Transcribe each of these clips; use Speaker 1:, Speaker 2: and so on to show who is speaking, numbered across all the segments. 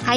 Speaker 1: Hi,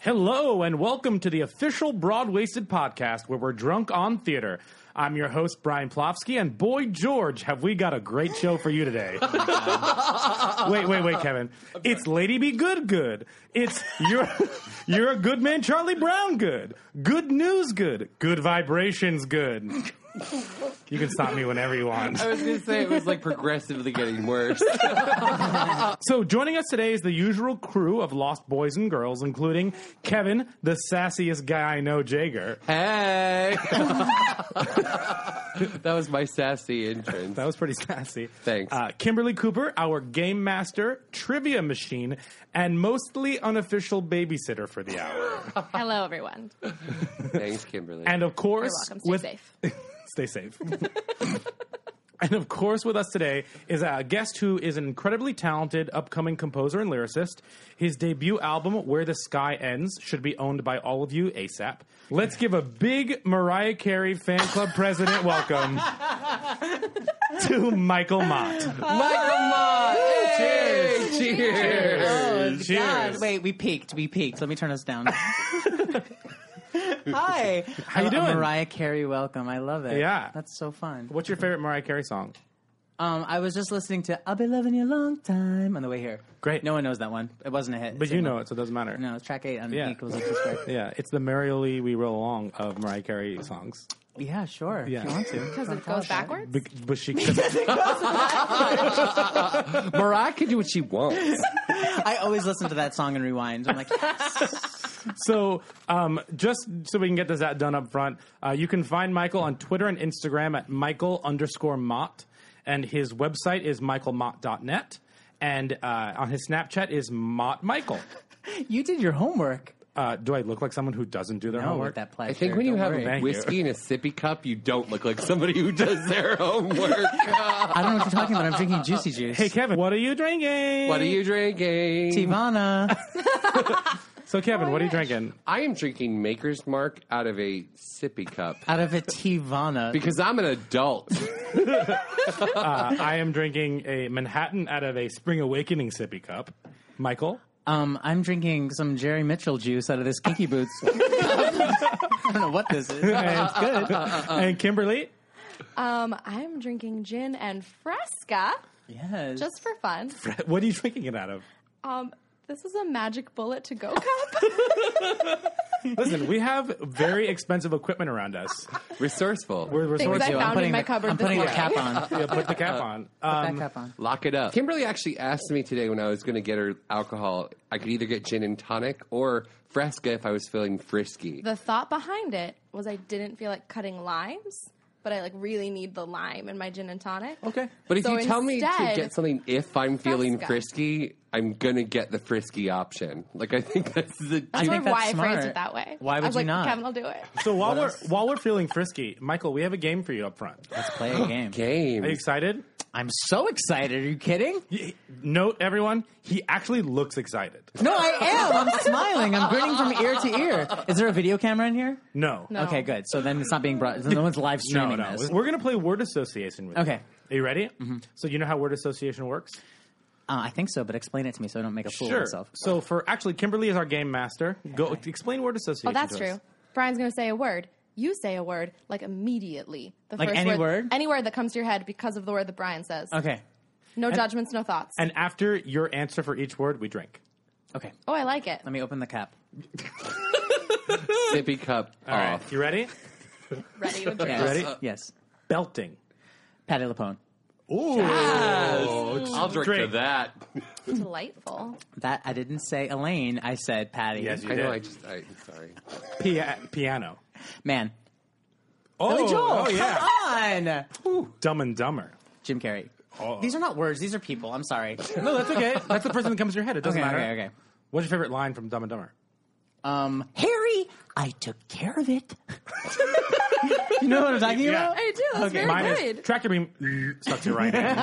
Speaker 2: Hello, and welcome to the official Broad Wasted podcast where we're drunk on theater. I'm your host, Brian Plofsky, and boy, George, have we got a great show for you today. wait, wait, wait, Kevin. It's Lady Be Good Good. It's You're, you're a Good Man, Charlie Brown Good. Good News Good. Good Vibrations Good. You can stop me whenever you want.
Speaker 3: I was going to say it was like progressively getting worse.
Speaker 2: So joining us today is the usual crew of lost boys and girls, including Kevin, the sassiest guy I know, Jager.
Speaker 3: hey! that was my sassy entrance.
Speaker 2: That was pretty sassy.
Speaker 3: Thanks.
Speaker 2: Uh, Kimberly Cooper, our game master, trivia machine, and mostly unofficial babysitter for the hour.
Speaker 4: Hello, everyone. You're
Speaker 3: Thanks, Kimberly.
Speaker 2: And of course,
Speaker 4: welcome. Stay
Speaker 2: with-
Speaker 4: safe.
Speaker 2: stay safe. and of course, with us today is a guest who is an incredibly talented upcoming composer and lyricist. His debut album, Where the Sky Ends, should be owned by all of you ASAP. Let's give a big Mariah Carey fan club president welcome to Michael Mott.
Speaker 3: Michael Mott! Hey! Cheers! Cheers!
Speaker 5: Oh,
Speaker 2: Cheers.
Speaker 5: God. Wait, we peaked. We peaked. Let me turn us down. Hi. How
Speaker 2: you doing?
Speaker 5: Mariah Carey, welcome. I love it.
Speaker 2: Yeah.
Speaker 5: That's so fun.
Speaker 2: What's your favorite Mariah Carey song?
Speaker 5: Um, I was just listening to I'll Be Loving You a Long Time on the way here.
Speaker 2: Great.
Speaker 5: No one knows that one. It wasn't a hit.
Speaker 2: But
Speaker 5: It's a-
Speaker 2: you know it, so it doesn't matter.
Speaker 5: No, it's track eight on
Speaker 2: Yeah.
Speaker 5: Equals Equals Track.
Speaker 2: Yeah, it's the merrily we roll along of Mariah Carey songs.
Speaker 5: Yeah, sure.
Speaker 2: Yeah.
Speaker 5: If you want to. Because
Speaker 4: It goes backwards.
Speaker 2: Be- but she
Speaker 3: Mariah can do what she wants.
Speaker 5: I always listen to that song and rewind. I'm like,
Speaker 2: So, um, just so we can get this out done up front, uh, you can find Michael on Twitter and Instagram at Michael underscore Mott, and his website is michaelmott.net, and uh, on his Snapchat is Mott Michael.
Speaker 5: you did your homework.
Speaker 2: Uh, do I look like someone who doesn't do their
Speaker 5: No,
Speaker 2: homework?
Speaker 5: with that plaid
Speaker 3: I think
Speaker 5: shirt,
Speaker 3: when you
Speaker 5: don't
Speaker 3: have
Speaker 5: worry.
Speaker 2: Thank
Speaker 3: whiskey
Speaker 2: you.
Speaker 3: in a sippy cup, you don't look like somebody who does their homework.
Speaker 5: I don't know what you're talking about. I'm drinking juicy juice.
Speaker 2: hey, Kevin, what are you drinking?
Speaker 3: what are you drinking?
Speaker 5: Ivana.
Speaker 2: So, Kevin, what are you drinking?
Speaker 3: I am drinking Maker's Mark out of a sippy cup
Speaker 5: Out of a Tivana.
Speaker 3: because I'm an adult.
Speaker 2: Uh, I am drinking a Manhattan out of a Spring Awakening sippy cup. Michael?
Speaker 5: Um, I'm drinking some Jerry Mitchell juice out of this Kinky Boots. I don't know what this is.
Speaker 2: And, good. and Kimberly?
Speaker 4: Um, I'm drinking gin and fresca
Speaker 5: Yes.
Speaker 4: just for fun.
Speaker 2: What are you drinking it out of?
Speaker 4: Um, this is a magic bullet to go cup.
Speaker 2: Listen, we have very expensive equipment around us.
Speaker 3: Resourceful.
Speaker 2: We're
Speaker 4: Things I
Speaker 2: resourceful.
Speaker 4: found in
Speaker 5: putting
Speaker 4: my
Speaker 5: the-
Speaker 4: cupboard
Speaker 5: I'm
Speaker 4: this
Speaker 5: putting the
Speaker 4: morning.
Speaker 5: cap on.
Speaker 2: Yeah, put the cap on.
Speaker 5: That
Speaker 2: Um,
Speaker 5: cap on.
Speaker 3: Lock it up. Kimberly actually asked me today when I was going to get her alcohol. I could either get gin and tonic or fresca if I was feeling frisky.
Speaker 4: The thought behind it was I didn't feel like cutting limes, but I like really need the lime in my gin and tonic.
Speaker 2: okay.
Speaker 3: But if
Speaker 4: So
Speaker 3: you tell me to
Speaker 4: instead-
Speaker 3: get something if I'm feeling
Speaker 4: Fresca.
Speaker 3: frisky, I'm going to get the frisky option. Like, I think that's the.
Speaker 5: I
Speaker 4: Or
Speaker 5: think that's
Speaker 4: why
Speaker 5: smart.
Speaker 4: I phrased it that way.
Speaker 5: Why
Speaker 4: I
Speaker 5: would
Speaker 4: was
Speaker 5: you
Speaker 4: like,
Speaker 5: not?
Speaker 4: Kevin, I'll do it.
Speaker 2: So while we're while we're feeling frisky, Michael, we have a game for you up front.
Speaker 5: Let's play a game.
Speaker 3: Game.
Speaker 2: Are you excited?
Speaker 5: I'm so excited. Are you kidding?
Speaker 2: Y- Note everyone, he actually looks excited.
Speaker 5: No, I am. I'm smiling. I'm grinning from ear to ear. Is there a video camera in here?
Speaker 2: No.
Speaker 4: No.
Speaker 5: Okay, good. So then it's not being brought. No one's live
Speaker 2: No,
Speaker 5: streaming
Speaker 2: no.
Speaker 5: this. Uh,
Speaker 2: We're gonna play word association with
Speaker 5: Okay. Mm-hmm.
Speaker 2: you. Are you ready? So you know how word association works?
Speaker 5: Uh, I think so, but explain it to me so I don't make a fool of myself.
Speaker 2: So for actually Kimberly is our game master. Go explain word association.
Speaker 4: Oh, that's
Speaker 2: to us.
Speaker 4: true. Brian's going to say a word. You say a word like immediately. The
Speaker 5: Like
Speaker 4: first
Speaker 5: any word?
Speaker 4: any word that comes to your head because of the word that Brian says.
Speaker 5: Okay.
Speaker 4: No judgments, no thoughts.
Speaker 2: And after your answer for each word, we drink.
Speaker 5: Okay.
Speaker 4: oh, I like it.
Speaker 5: Let me open the cap.
Speaker 3: Sippy cup
Speaker 2: All right.
Speaker 3: off.
Speaker 2: You ready?
Speaker 4: Ready to drink.
Speaker 5: Yes.
Speaker 2: ready?
Speaker 5: Yes.
Speaker 2: Belting.
Speaker 5: Patty Lapone.
Speaker 2: Ooh.
Speaker 3: I'll drink,
Speaker 2: Drink.
Speaker 3: to that.
Speaker 4: Delightful.
Speaker 5: That I didn't say Elaine. I said Patty.
Speaker 2: Yes, you
Speaker 3: I know, I
Speaker 2: did.
Speaker 3: just. I, sorry.
Speaker 2: Pia- piano.
Speaker 5: Man.
Speaker 2: Oh,
Speaker 5: Billy Joel.
Speaker 2: oh yeah.
Speaker 5: Come on.
Speaker 2: Dumb and Dumber.
Speaker 5: Jim Carrey.
Speaker 2: Oh.
Speaker 5: These are not words. These are people. I'm sorry.
Speaker 2: No, that's okay. That's the person that comes to your head. It doesn't
Speaker 5: okay,
Speaker 2: matter.
Speaker 5: okay, okay.
Speaker 2: What's your favorite line from Dumb and Dumber?
Speaker 5: Um, Harry, I took care of it. You know what I'm talking
Speaker 2: Yeah.
Speaker 5: about?
Speaker 4: I do. That's very
Speaker 2: Mine is
Speaker 4: good.
Speaker 2: tractor beam sucks your right hand.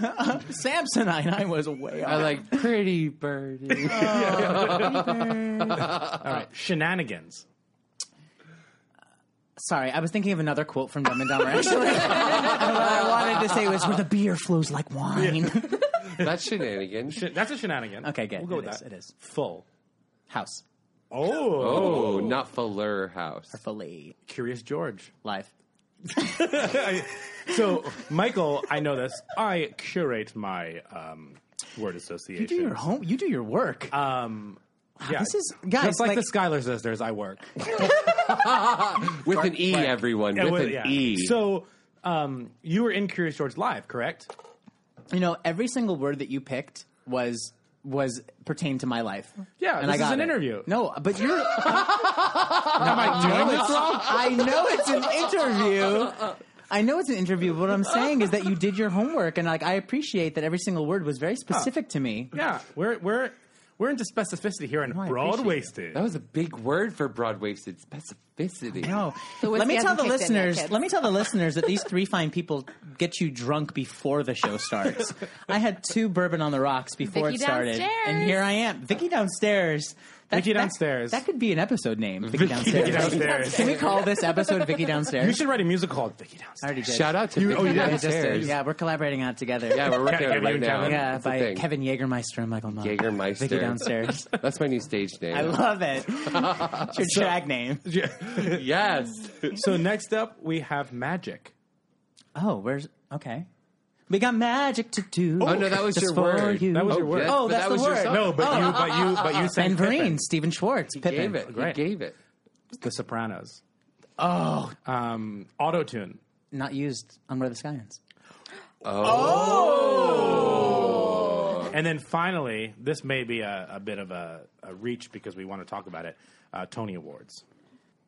Speaker 5: Samsonite. I was way off.
Speaker 3: I like pretty birdie.
Speaker 2: All right, shenanigans.
Speaker 5: Sorry, I was thinking of another quote from Dumb and Dumber. Actually, And what I wanted to say was where the beer flows like wine.
Speaker 3: That's shenanigans.
Speaker 2: Sh- That's a shenanigan.
Speaker 5: Okay, good.
Speaker 2: We'll go
Speaker 5: It
Speaker 2: with
Speaker 5: is,
Speaker 2: that.
Speaker 5: it is.
Speaker 2: full.
Speaker 5: House,
Speaker 2: Oh,
Speaker 3: Oh, not Fuller House.
Speaker 5: fully
Speaker 2: curious George.
Speaker 5: life.
Speaker 2: So, Michael, I know this. I curate my um, word association. Um,
Speaker 5: You do your home. You do your work.
Speaker 2: Uh, Yeah.
Speaker 5: This is- guys,
Speaker 2: Just like,
Speaker 5: like-
Speaker 2: the Skylar sisters, I work
Speaker 3: With an E, everyone.
Speaker 2: Yeah,
Speaker 3: With
Speaker 2: well,
Speaker 3: an
Speaker 2: yeah.
Speaker 3: E.
Speaker 2: So, um, you were in Curious George live, correct?
Speaker 5: you know, every single word that you picked was was pertained to my life.
Speaker 2: Yeah,
Speaker 5: and
Speaker 2: this
Speaker 5: I got
Speaker 2: is an
Speaker 5: it.
Speaker 2: interview.
Speaker 5: No, but you're. Am I
Speaker 2: doing
Speaker 5: know it's- I know it's an interview. I know it's an interview, but what I'm saying is that you did your homework, and like I appreciate that every single word was very specific
Speaker 2: Oh.
Speaker 5: to me.
Speaker 2: Yeah, we're we're we're into specificity here in
Speaker 5: Oh, I
Speaker 2: broad
Speaker 5: appreciate
Speaker 2: waisted.
Speaker 3: that was a big word for broad waisted specificity.
Speaker 5: No.
Speaker 4: The whiskey
Speaker 5: let me tell
Speaker 4: hasn't
Speaker 5: the
Speaker 4: kicked in yet,
Speaker 5: listeners.
Speaker 4: kids.
Speaker 5: let me tell the listeners that these three fine people get you drunk before the show starts. I had two bourbon on the rocks before
Speaker 4: Vicky
Speaker 5: it started,
Speaker 4: downstairs.
Speaker 5: and here I am, Vicky downstairs. That,
Speaker 2: Vicky
Speaker 5: that-
Speaker 2: downstairs.
Speaker 5: That, could be an episode name. Vicky, downstairs.
Speaker 2: Vicky downstairs.
Speaker 5: Can we call this episode Vicky downstairs?
Speaker 2: You should write a musical called Vicky
Speaker 5: I
Speaker 2: Downstairs.
Speaker 5: already did.
Speaker 3: Shout out to Vicky
Speaker 2: oh, you did?
Speaker 5: I just did.
Speaker 3: Downstairs.
Speaker 5: Yeah, we're collaborating on it together.
Speaker 3: Yeah, we're working on it
Speaker 2: Kevin,
Speaker 3: right
Speaker 2: you
Speaker 3: now.
Speaker 2: and
Speaker 5: Yeah,
Speaker 3: It's a
Speaker 5: by
Speaker 3: thing.
Speaker 5: Kevin Jaegermeister and Michael Mott.
Speaker 3: Jägermeister.
Speaker 5: Vicky downstairs.
Speaker 3: That's my new stage name.
Speaker 5: I love it. It's your drag name.
Speaker 3: yes.
Speaker 2: So next up we have magic.
Speaker 5: Oh, where's okay? We got magic to do.
Speaker 3: Oh, no, that was
Speaker 5: just
Speaker 3: your
Speaker 5: for
Speaker 3: word.
Speaker 5: you.
Speaker 2: That was
Speaker 3: Oh,
Speaker 2: your word.
Speaker 3: yes,
Speaker 5: Oh,
Speaker 3: but
Speaker 5: that's
Speaker 3: that
Speaker 5: the
Speaker 3: was your
Speaker 5: word.
Speaker 3: song.
Speaker 2: No, but you but you but you sang
Speaker 5: Ben
Speaker 2: Pippin.
Speaker 5: Vereen, Stephen Schwartz, Pippin.
Speaker 3: Gave it. You
Speaker 2: Great.
Speaker 3: gave it.
Speaker 2: The Sopranos. Oh, um, auto tune.
Speaker 5: Not used on Where the Sky Ends.
Speaker 2: And then finally, this may be a, a bit of a, a reach because we want to talk about it. Uh, Tony Awards.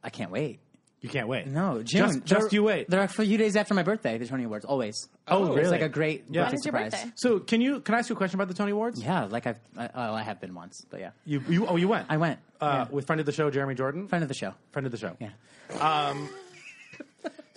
Speaker 5: I can't wait.
Speaker 2: You can't wait.
Speaker 5: No, June.
Speaker 2: just just
Speaker 5: They're-
Speaker 2: you wait.
Speaker 5: They're a few days after my birthday. The Tony Awards, always.
Speaker 2: Oh, really?
Speaker 5: It's like a great
Speaker 2: Yeah.
Speaker 5: birthday
Speaker 2: When is
Speaker 4: your
Speaker 5: surprise.
Speaker 4: birthday?
Speaker 2: So can you can I ask you a question about the Tony Awards?
Speaker 5: Yeah, like I've. I, oh, I have been once, but yeah.
Speaker 2: You, you oh you went.
Speaker 5: I went.
Speaker 2: Uh, with friend of the show Jeremy Jordan.
Speaker 5: Friend of the show.
Speaker 2: Friend of the show.
Speaker 5: Yeah.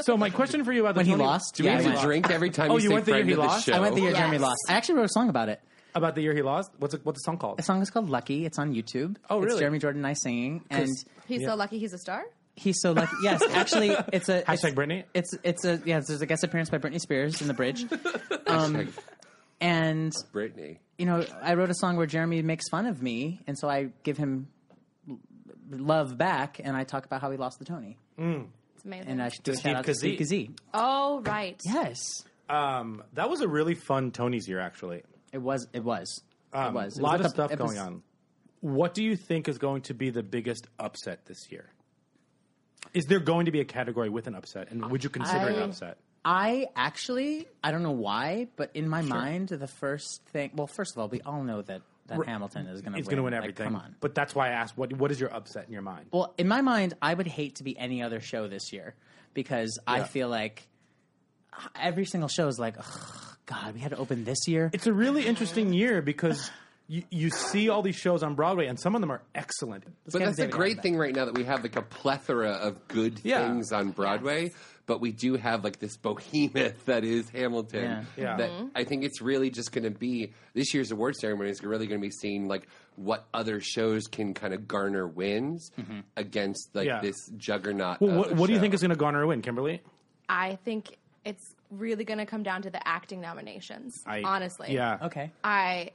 Speaker 2: So my question for you about the
Speaker 5: When he
Speaker 2: Tony-
Speaker 5: lost?
Speaker 3: Do we
Speaker 5: Yeah, I
Speaker 3: have to
Speaker 5: went.
Speaker 3: drink every time
Speaker 2: Oh,
Speaker 3: you,
Speaker 2: you
Speaker 3: say
Speaker 2: went the year
Speaker 3: friend
Speaker 2: he
Speaker 3: of the
Speaker 2: lost?
Speaker 3: show?
Speaker 5: I went the year
Speaker 4: Yes.
Speaker 5: Jeremy lost. I actually wrote a song about it.
Speaker 2: about the year he lost. What's it, what's the song called?
Speaker 5: The song is called Lucky. It's on YouTube.
Speaker 2: Oh,
Speaker 5: It's
Speaker 2: really?
Speaker 5: Jeremy Jordan and I singing, and
Speaker 4: He's so lucky he's a star.
Speaker 5: he's so lucky. Yes, actually, it's a it's-
Speaker 2: Hashtag Britney.
Speaker 5: It's it's a yeah. There's a guest appearance by Britney Spears in the bridge, um, and
Speaker 3: Brittany.
Speaker 5: you know I wrote a song where Jeremy makes fun of me, and so I give him l- love back, and I talk about how he lost the Tony,
Speaker 4: It's amazing.
Speaker 5: and I should do a
Speaker 2: Steve
Speaker 5: shout out to Steve Kazee.
Speaker 4: oh right.
Speaker 5: Yes,
Speaker 2: Um, that was a really fun Tony's year actually.
Speaker 5: it was it was it was
Speaker 2: A
Speaker 5: a
Speaker 2: Um, lot of stuff going on. What do you think is going to be the biggest upset this year? Is there going to be a category with an upset? And would you consider it an
Speaker 5: I-
Speaker 2: upset?
Speaker 5: I actually I don't know why, but in my mind the first thing. Well, first of all, we all know that that Hamilton is going to
Speaker 2: It's going to win
Speaker 5: Like,
Speaker 2: everything.
Speaker 5: come on.
Speaker 2: But that's why I asked, what what is your upset in your mind?
Speaker 5: Well, in my mind, I would hate to be any other show this year because I feel like every single show is like, "Ugh, God, we had to open this year.
Speaker 2: It's a really interesting year because you, you see all these shows on Broadway, and some of them are excellent.
Speaker 3: But
Speaker 5: Kevin
Speaker 3: that's the
Speaker 5: David
Speaker 3: great
Speaker 5: Attenborough.
Speaker 3: thing right now that we have like a plethora of good
Speaker 2: Yeah.
Speaker 3: things on Broadway, but we do have like this behemoth that is Hamilton.
Speaker 5: Yeah.
Speaker 2: Yeah.
Speaker 3: That I think it's really just going to be this year's award ceremony is really going to be seeing like what other shows can kind of garner wins against like
Speaker 2: Mm-hmm. Yeah.
Speaker 3: this juggernaut.
Speaker 2: Well,
Speaker 3: of
Speaker 2: what,
Speaker 3: a
Speaker 2: what do you
Speaker 3: show.
Speaker 2: think is going to garner a win, Kimberly?
Speaker 4: I think it's really going to come down to the acting nominations. honestly,
Speaker 2: yeah.
Speaker 5: Okay.
Speaker 4: I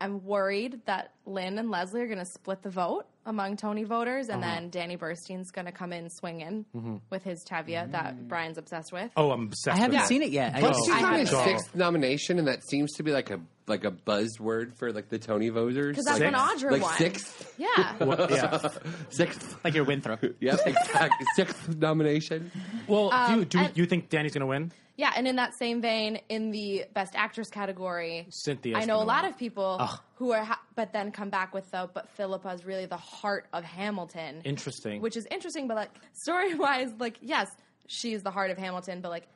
Speaker 4: am worried that Lynn and Leslie are going to split the vote among Tony voters, and then Danny Burstein's going to come in swinging with his caveat that Brian's obsessed with.
Speaker 2: Oh, I'm obsessed.
Speaker 5: I haven't
Speaker 2: with
Speaker 5: seen it yet. I
Speaker 3: Plus,
Speaker 5: just-
Speaker 3: he's
Speaker 4: I
Speaker 3: on his
Speaker 2: haven't.
Speaker 3: sixth nomination, and that seems to be like a like a buzzword for like the Tony voters.
Speaker 4: Because that's
Speaker 3: like,
Speaker 4: when Audra
Speaker 3: like
Speaker 4: won.
Speaker 3: sixth,
Speaker 4: Yeah.
Speaker 2: Yeah.
Speaker 3: sixth,
Speaker 5: like your Winthrop.
Speaker 3: yeah, exactly, sixth nomination.
Speaker 2: Well, do you, do
Speaker 4: and-
Speaker 2: you think Danny's going to win?
Speaker 4: Yeah, and in that same vein, in the Best Actress category,
Speaker 2: Cynthia's
Speaker 4: I know a
Speaker 2: gonna
Speaker 4: lot
Speaker 2: win.
Speaker 4: of people who are, ha- but then come back with the, but Philippa is really the heart of Hamilton.
Speaker 2: Interesting.
Speaker 4: Which is interesting, but like story wise, like yes, she's the heart of Hamilton, but like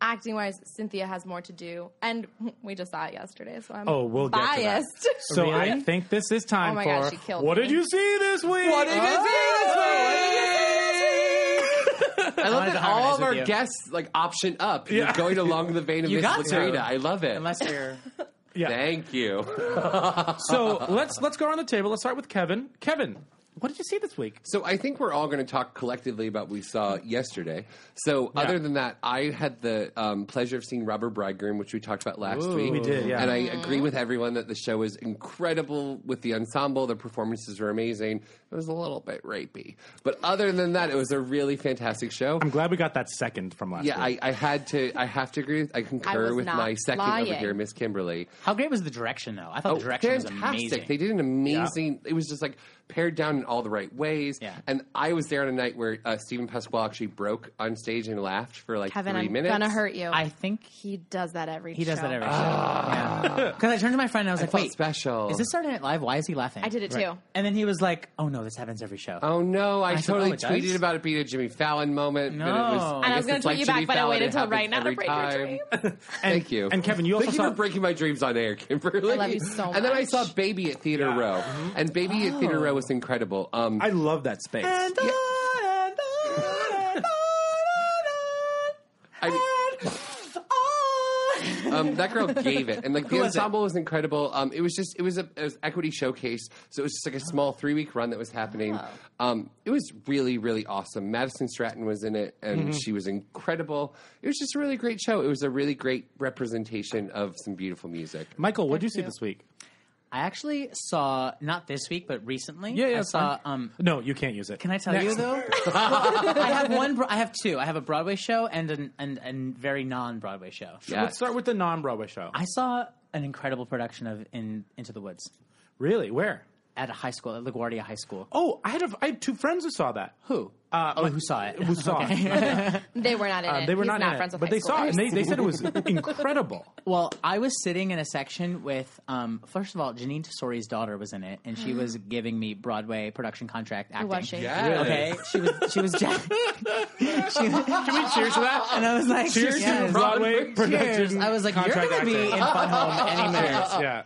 Speaker 4: acting wise, Cynthia has more to do, and we just saw it yesterday, so I'm
Speaker 2: Oh, we'll get to that.
Speaker 4: biased.
Speaker 2: So I think this is time
Speaker 4: Oh my
Speaker 2: for
Speaker 4: God, she killed
Speaker 2: what
Speaker 4: me.
Speaker 5: Oh,
Speaker 2: did you see this week? What did you see this week?
Speaker 3: I love
Speaker 5: wanted
Speaker 3: that
Speaker 5: to harmonize
Speaker 3: all of
Speaker 5: with
Speaker 3: our
Speaker 5: you.
Speaker 3: guests like option up. You're going along the vein of
Speaker 5: You
Speaker 3: Miss
Speaker 5: got to.
Speaker 3: Latrina. I love it.
Speaker 5: Unless you're
Speaker 3: Thank you.
Speaker 2: So let's let's go around the table. Let's start with Kevin. Kevin, what did you see this week?
Speaker 3: So I think we're all going to talk collectively about what we saw yesterday. So other than that, I had the um, pleasure of seeing Robert Bridegroom, which we talked about last
Speaker 2: Ooh.
Speaker 3: week.
Speaker 2: We did, yeah.
Speaker 3: And I agree with everyone that the show is incredible with the ensemble. The performances were amazing. It was a little bit rapey, but other than that, it was a really fantastic show.
Speaker 2: I'm glad we got that second from last
Speaker 3: yeah,
Speaker 2: week.
Speaker 3: I, I had to. I have to agree. With, I concur
Speaker 4: was
Speaker 3: with
Speaker 4: not
Speaker 3: my second over
Speaker 4: lying.
Speaker 3: here, Miss Kimberly.
Speaker 6: How great was the direction though? I thought the direction was amazing.
Speaker 3: Oh, They did an amazing. It was just like pared down in all the right ways.
Speaker 6: Yeah.
Speaker 3: And I was there on a night where uh, Stephen Pasquale actually broke on stage and laughed for like
Speaker 4: Kevin,
Speaker 3: 3
Speaker 4: I'm
Speaker 3: minutes.
Speaker 4: gonna hurt you.
Speaker 6: I think
Speaker 4: he does that every.
Speaker 6: he does
Speaker 4: show. Uh,
Speaker 6: that every show.
Speaker 5: because I turned to my friend and I was like,
Speaker 3: felt
Speaker 5: "Wait,
Speaker 3: Ah. special.
Speaker 5: Is this Saturday Night Live? Why is he laughing?"
Speaker 4: I did it too.
Speaker 5: and then he was like, "Oh no, this happens every show."
Speaker 3: Oh no! I,
Speaker 5: I said,
Speaker 3: totally
Speaker 5: "Oh, it does?"
Speaker 3: tweeted about it being a Jimmy Fallon moment. but it was,
Speaker 5: No. And
Speaker 4: And
Speaker 3: guess
Speaker 4: I was gonna
Speaker 3: it's
Speaker 4: tweet
Speaker 3: like
Speaker 4: you
Speaker 3: Jimmy
Speaker 4: back, but I
Speaker 3: Fallon, it
Speaker 4: waited until
Speaker 3: happens
Speaker 4: right now to
Speaker 3: every
Speaker 4: break your
Speaker 3: time.
Speaker 4: dream.
Speaker 3: Thank you.
Speaker 2: and Kevin, you also
Speaker 3: Thank
Speaker 2: saw-
Speaker 3: you for breaking my dreams on air, Kimberly.
Speaker 4: I love you so
Speaker 3: And then I
Speaker 4: much. Oh.
Speaker 3: saw Baby at Theater Row, and Baby at Theater Row was incredible. Um,
Speaker 2: I love that space.
Speaker 3: yeah, I mean- um, that girl gave it, and like the ensemble was incredible. Um, it was just it was a it was equity showcase, so it was just like a small three week run that was happening.
Speaker 2: Oh.
Speaker 3: Um, it was really really awesome. Madison Stratton was in it, and
Speaker 2: Mm-hmm.
Speaker 3: she was incredible. It was just a really great show. It was a really great representation of some beautiful music.
Speaker 2: Michael, what did you see this week?
Speaker 5: I actually saw not this week, but recently.
Speaker 2: Yeah, yeah,
Speaker 5: I
Speaker 2: it's
Speaker 5: saw.
Speaker 2: fine.
Speaker 5: Um,
Speaker 2: No, you can't use it.
Speaker 5: can I tell
Speaker 2: Next.
Speaker 5: you though? I have one. Bro- I have two. I have a Broadway show and an and and very non Broadway show.
Speaker 3: Yeah.
Speaker 2: Let's start with the non-Broadway show.
Speaker 5: I saw an incredible production of In Into the Woods
Speaker 2: really? Where?
Speaker 5: at a high school at LaGuardia High School.
Speaker 2: Oh, I had a, I had two friends who saw that.
Speaker 5: Who?
Speaker 2: Uh,
Speaker 5: oh,
Speaker 2: my-
Speaker 5: who saw it?
Speaker 2: Who saw it?
Speaker 4: They were not in
Speaker 2: Uh,
Speaker 4: it.
Speaker 2: they were
Speaker 4: He's
Speaker 2: not, in
Speaker 4: friends with
Speaker 2: it, but
Speaker 4: high
Speaker 2: they saw it.
Speaker 4: schoolers.
Speaker 2: And they, they said it was incredible.
Speaker 5: Well, I was sitting in a section with, um, first of all, Janine Tesori's daughter was in it, and she was giving me Broadway production contract acting.
Speaker 4: was she?
Speaker 3: Yes.
Speaker 5: Okay, she was. She was. Jack-
Speaker 2: Can we cheers to that?
Speaker 5: and I was like,
Speaker 2: Cheers
Speaker 5: yes.
Speaker 2: to Broadway
Speaker 5: Cheers.
Speaker 2: production.
Speaker 5: I was like, you're
Speaker 2: contract
Speaker 5: going to be
Speaker 2: actor.
Speaker 5: in Fun Home any minute.
Speaker 2: Cheers, yeah.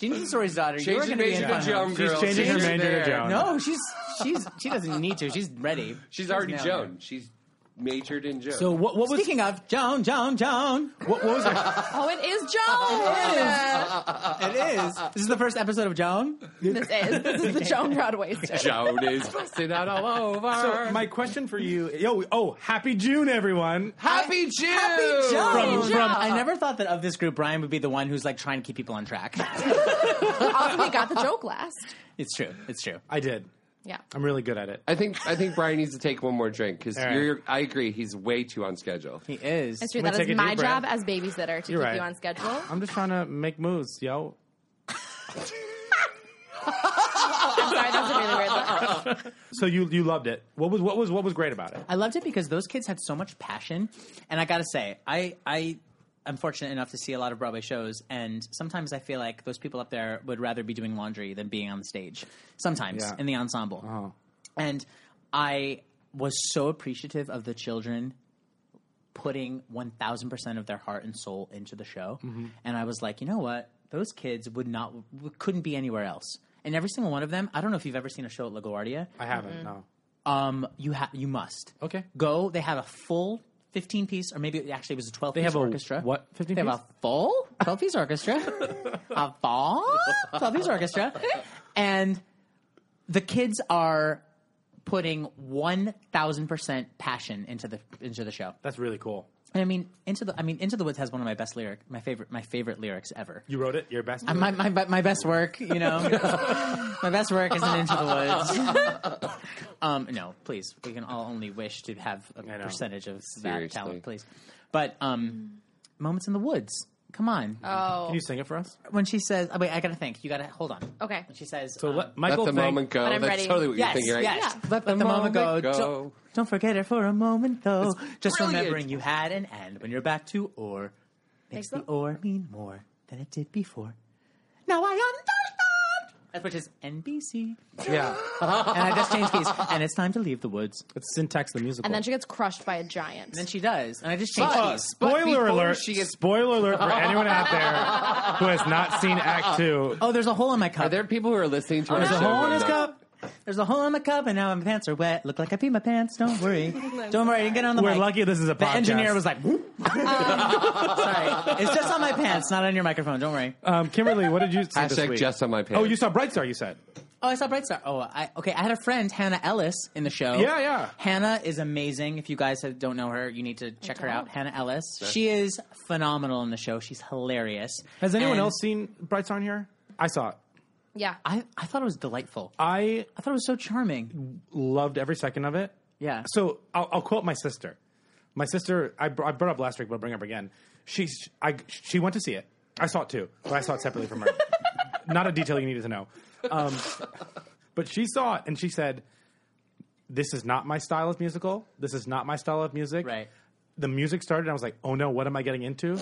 Speaker 5: Janine Tesori's daughter, you're
Speaker 3: Changing
Speaker 5: going to be in
Speaker 3: major to
Speaker 5: Fun
Speaker 3: Joan,
Speaker 5: Home.
Speaker 2: She's
Speaker 3: girl.
Speaker 2: changing her
Speaker 3: Change it
Speaker 2: major to
Speaker 3: there.
Speaker 2: Joan.
Speaker 5: No, she's she's she doesn't need to. She's ready.
Speaker 3: She's already
Speaker 5: now.
Speaker 3: Joan. She's majored in Joan.
Speaker 2: So what, what was
Speaker 5: Speaking of Joan, Joan, Joan,
Speaker 2: what, what was I,
Speaker 4: Oh, it is Joan.
Speaker 2: Oh,
Speaker 5: it is. This is the first episode of Joan.
Speaker 4: this is this is the Joan Broadway story.
Speaker 3: Joan is busting out all over.
Speaker 2: so my question for you? Yo, oh, happy June, everyone.
Speaker 3: Happy June!
Speaker 4: Joan.
Speaker 5: From, from, I never thought that of this group, Brian would be the one who's like trying to keep people on track.
Speaker 4: also, we got the joke last.
Speaker 5: it's true. It's true.
Speaker 2: I did.
Speaker 4: Yeah.
Speaker 2: I'm really good at it.
Speaker 3: I think I think Brian needs to take one more drink because
Speaker 2: All right.
Speaker 3: you're. I agree. He's way too on schedule.
Speaker 5: He is.
Speaker 4: That's true.
Speaker 2: gonna
Speaker 4: That
Speaker 2: take a
Speaker 4: is my
Speaker 2: deep breath.
Speaker 4: job as babysitter to
Speaker 2: You're
Speaker 4: keep
Speaker 2: right.
Speaker 4: you on schedule.
Speaker 2: I'm just trying to make moves, yo.
Speaker 4: I'm sorry, that's a really weird look.
Speaker 2: So you you loved it. What was what was what was great about it?
Speaker 5: I loved it because those kids had so much passion, and I gotta say, I I am fortunate enough to see a lot of Broadway shows, and sometimes I feel like those people up there would rather be doing laundry than being on the stage. Sometimes
Speaker 2: Yeah.
Speaker 5: in the ensemble, and I was so appreciative of the children putting 1000% of their heart and soul into the show and i was like you know what those kids would not w- couldn't be anywhere else and every single one of them i don't know if you've ever seen a show at laguardia
Speaker 2: I haven't.
Speaker 3: Mm-hmm.
Speaker 2: No.
Speaker 5: um, you ha- you must.
Speaker 2: Okay.
Speaker 5: Go. They have a full fifteen piece, or maybe it actually was a twelve. They piece
Speaker 2: have a
Speaker 5: orchestra.
Speaker 2: what? 15
Speaker 5: They have
Speaker 2: piece?
Speaker 5: a full twelve piece orchestra. a full twelve piece orchestra, and the kids are putting one thousand percent passion into the into the show.
Speaker 2: That's really cool.
Speaker 5: And I mean, into the I mean, into the woods has one of my best lyric, my favorite, my favorite lyrics ever.
Speaker 2: You wrote it. Your best.
Speaker 5: Uh, My, my, my- my best work, you know, my best work isn't into the woods. um, no, please, we can all only wish to have a
Speaker 2: know.
Speaker 5: percentage of
Speaker 3: Seriously.
Speaker 5: that talent, please. But um, moments in the woods, come on.
Speaker 2: Can you sing it for us?
Speaker 5: when she says, oh, "Wait, I gotta think," you gotta hold on.
Speaker 4: Oh, Okay.
Speaker 5: When she says,
Speaker 2: So
Speaker 5: um,
Speaker 2: let
Speaker 3: Let
Speaker 2: Michael
Speaker 3: the
Speaker 2: think.
Speaker 3: moment go.
Speaker 4: But I'm
Speaker 3: That's
Speaker 4: ready.
Speaker 3: totally what you're
Speaker 5: yes,
Speaker 3: thinking, right?
Speaker 5: yes,
Speaker 4: Yeah.
Speaker 5: let, let the, moment, go.
Speaker 3: go.
Speaker 5: Don't, don't forget it for a moment, though. Just
Speaker 3: brilliant.
Speaker 5: remembering you had an and when you're back to or makes the
Speaker 4: Makes the-
Speaker 5: or mean more than it did before. Now I understand. That's Which is NBC,
Speaker 2: Yeah.
Speaker 5: and I just changed keys, and it's time to leave the woods.
Speaker 2: It's syntax the musical.
Speaker 4: And then she gets crushed by a giant.
Speaker 5: And she does, and I just changed
Speaker 3: But-
Speaker 5: keys.
Speaker 3: but
Speaker 2: Spoiler
Speaker 3: before
Speaker 2: alert!
Speaker 3: she gets-
Speaker 2: Spoiler alert for anyone out there who has not seen Act Two.
Speaker 5: Oh, there's a hole in my cup.
Speaker 2: Oh,
Speaker 3: Are there people who are listening to our
Speaker 5: there's
Speaker 3: show?
Speaker 5: a hole in his
Speaker 3: that-
Speaker 5: cup. There's a hole in my cup, and now my pants are wet. Look like I pee my pants. Don't worry. Don't worry. Get on the
Speaker 2: We're
Speaker 5: mic.
Speaker 2: lucky this is a
Speaker 5: The
Speaker 2: podcast.
Speaker 5: engineer was like, "Whoop." sorry. It's just on my pants, not on your microphone. Don't worry.
Speaker 2: um, Kimberly, what did you see this
Speaker 3: Hashtag
Speaker 2: week?
Speaker 3: just on my pants.
Speaker 2: Oh, you saw Bright Star. You said
Speaker 5: Oh, I saw Bright Star. Oh, I okay. I had a friend, Hannah Ellis, in the show.
Speaker 2: Yeah, yeah.
Speaker 5: Hannah is amazing. If you guys have, don't know her, you need to check her out. Hannah Ellis. She is phenomenal in the show. She's hilarious.
Speaker 2: has anyone
Speaker 5: And
Speaker 2: else seen Bright Star in here? I saw it.
Speaker 4: Yeah.
Speaker 5: I, I thought it was delightful.
Speaker 2: I
Speaker 5: I thought it was so charming.
Speaker 2: loved every second of it.
Speaker 5: Yeah.
Speaker 2: So I'll, I'll quote my sister. My sister, I, br- I brought up last week, but I'll bring it up again. She, I, she went to see it. I saw it too, but I saw it separately from her. Not a detail you needed to know. Um, but she saw it and she said, "This is not my style of musical. This is not my style of music."
Speaker 5: Right.
Speaker 2: The music started, and I was like, "Oh no, what am I getting into?"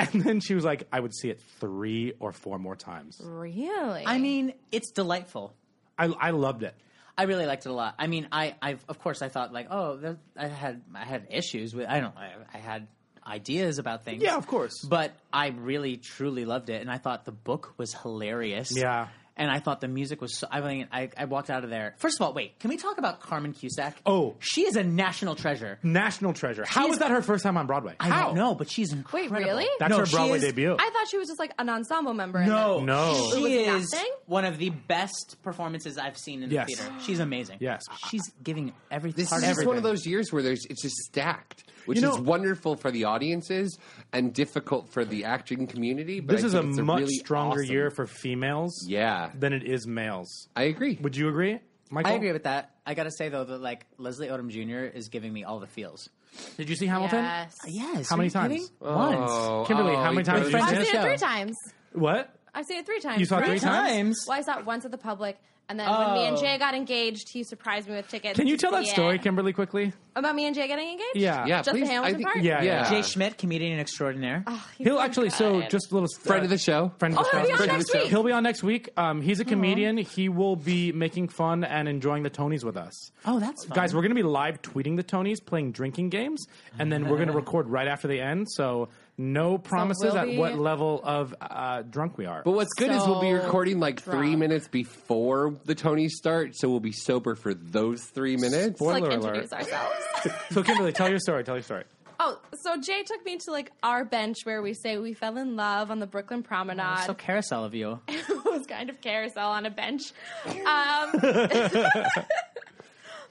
Speaker 2: And then she was like, "I would see it three or four more times."
Speaker 4: Really?
Speaker 5: I mean, it's delightful.
Speaker 2: I, I loved it.
Speaker 5: I really liked it a lot. I mean, I, I've of course I thought like, oh, there- I had I had issues with I don't I, I had ideas about things.
Speaker 2: Yeah, of course.
Speaker 5: But I really truly loved it, and I thought the book was hilarious.
Speaker 2: Yeah.
Speaker 5: And I thought the music was. So, I mean, I, I walked out of there. First of all, wait, can we talk about Carmen Cusack?
Speaker 2: Oh.
Speaker 5: she is a national treasure.
Speaker 2: National treasure. How
Speaker 5: She's-
Speaker 2: was that her first time on Broadway?
Speaker 5: I
Speaker 2: How?
Speaker 5: don't know, but she's incredible.
Speaker 4: really?
Speaker 2: That's
Speaker 5: No,
Speaker 2: her
Speaker 5: she
Speaker 2: Broadway
Speaker 5: is-
Speaker 2: debut.
Speaker 4: I thought she was just like an ensemble member. in
Speaker 5: No,
Speaker 4: the-
Speaker 2: No.
Speaker 5: she
Speaker 4: It was
Speaker 5: is
Speaker 4: nothing?
Speaker 5: one of the best performances I've seen in
Speaker 2: Yes.
Speaker 5: the theater. She's amazing.
Speaker 2: Yes.
Speaker 5: she's giving every
Speaker 3: This
Speaker 5: part
Speaker 3: is just
Speaker 5: everything.
Speaker 3: one of those years where there's it's just stacked, which
Speaker 2: You know-
Speaker 3: is wonderful for the audiences and difficult for the acting community. But
Speaker 2: this
Speaker 3: I
Speaker 2: is a
Speaker 3: think it's
Speaker 2: much
Speaker 3: really
Speaker 2: stronger
Speaker 3: awesome-
Speaker 2: year for females
Speaker 3: Yeah.
Speaker 2: than it is males.
Speaker 3: I agree.
Speaker 2: Would you agree, Michael?
Speaker 5: I agree with that. I gotta say though that like Leslie Odom Jr. is giving me all the feels.
Speaker 2: Did you see Hamilton?
Speaker 4: Yes.
Speaker 5: Yes.
Speaker 2: How
Speaker 5: are
Speaker 2: many
Speaker 5: you
Speaker 2: times?
Speaker 5: kidding? Once.
Speaker 3: Oh,
Speaker 2: Kimberly,
Speaker 3: oh,
Speaker 2: how many
Speaker 3: he
Speaker 2: times
Speaker 3: goes-
Speaker 2: did you
Speaker 5: friends-
Speaker 4: I've
Speaker 2: see it?
Speaker 5: Finish
Speaker 4: seen it
Speaker 5: up.
Speaker 4: three times.
Speaker 2: What?
Speaker 4: I've seen it three times.
Speaker 2: You saw three times?
Speaker 5: Times.
Speaker 4: Well, I saw it once at the public, and then when me and
Speaker 5: Oh.
Speaker 4: Jay got engaged, he surprised me with tickets.
Speaker 2: Can you tell that
Speaker 4: Yeah.
Speaker 2: story, Kimberly, quickly?
Speaker 4: about me and Jay getting engaged?
Speaker 2: Yeah.
Speaker 3: Yeah,
Speaker 4: Just
Speaker 3: please.
Speaker 4: the Hamilton
Speaker 3: I think,
Speaker 4: part.
Speaker 2: Yeah, yeah.
Speaker 5: Jay Schmidt, comedian extraordinaire.
Speaker 4: He's
Speaker 2: He'll
Speaker 4: so
Speaker 2: actually,
Speaker 4: good.
Speaker 2: so just a little. uh,
Speaker 3: Friend of the show.
Speaker 2: Friend of the
Speaker 4: Oh,
Speaker 2: show.
Speaker 4: he'll be on
Speaker 2: Friend of
Speaker 4: next Uh-huh.
Speaker 2: the show.
Speaker 4: week.
Speaker 2: He'll be on next week. Um, he's a comedian. He will be making fun and enjoying the Tonys with us.
Speaker 5: oh, that's fun.
Speaker 2: Guys, we're going to be live tweeting the Tonys, playing drinking games, and then we're going to
Speaker 3: Uh-huh.
Speaker 2: record right after they end. So no promises
Speaker 4: we'll
Speaker 2: at
Speaker 4: be-
Speaker 2: what level of uh, drunk we are.
Speaker 3: But what's good is we'll be
Speaker 4: So
Speaker 3: recording like three
Speaker 4: drunk.
Speaker 3: minutes before the Tonys start, so we'll be sober for those three minutes.
Speaker 4: Let's,
Speaker 2: Spoiler
Speaker 4: like
Speaker 2: alert.
Speaker 4: introduce ourselves.
Speaker 2: so Kimberly, tell your story. Tell your story.
Speaker 4: oh, so Jay took me to like our bench where we say we fell in love on the Brooklyn Promenade.
Speaker 5: Oh, so carousel of you.
Speaker 4: it was kind of carousel on a bench. Um,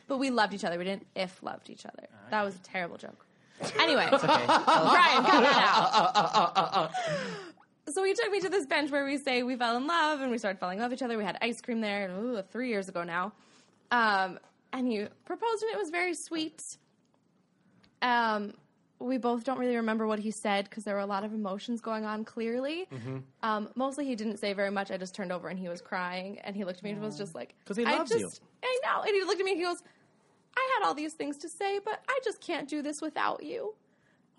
Speaker 4: but we loved each other. We didn't if loved each other. That was a terrible joke. Anyway, Brian, cut that out. So he took me to this bench where we say we fell in love and we started falling in love with each other. We had ice cream there, and ooh, three years ago now. Um, and he proposed, and it was very sweet. Um, we both don't really remember what he said because there were a lot of emotions going on clearly.
Speaker 2: Mm-hmm.
Speaker 4: Um, mostly he didn't say very much. I just turned over and he was crying and he looked at me and was just like,
Speaker 2: Mm. 'Cause he
Speaker 4: I
Speaker 2: loves you."
Speaker 4: just- I know. And he looked at me and he goes, I had all these things to say, but I just can't do this without you.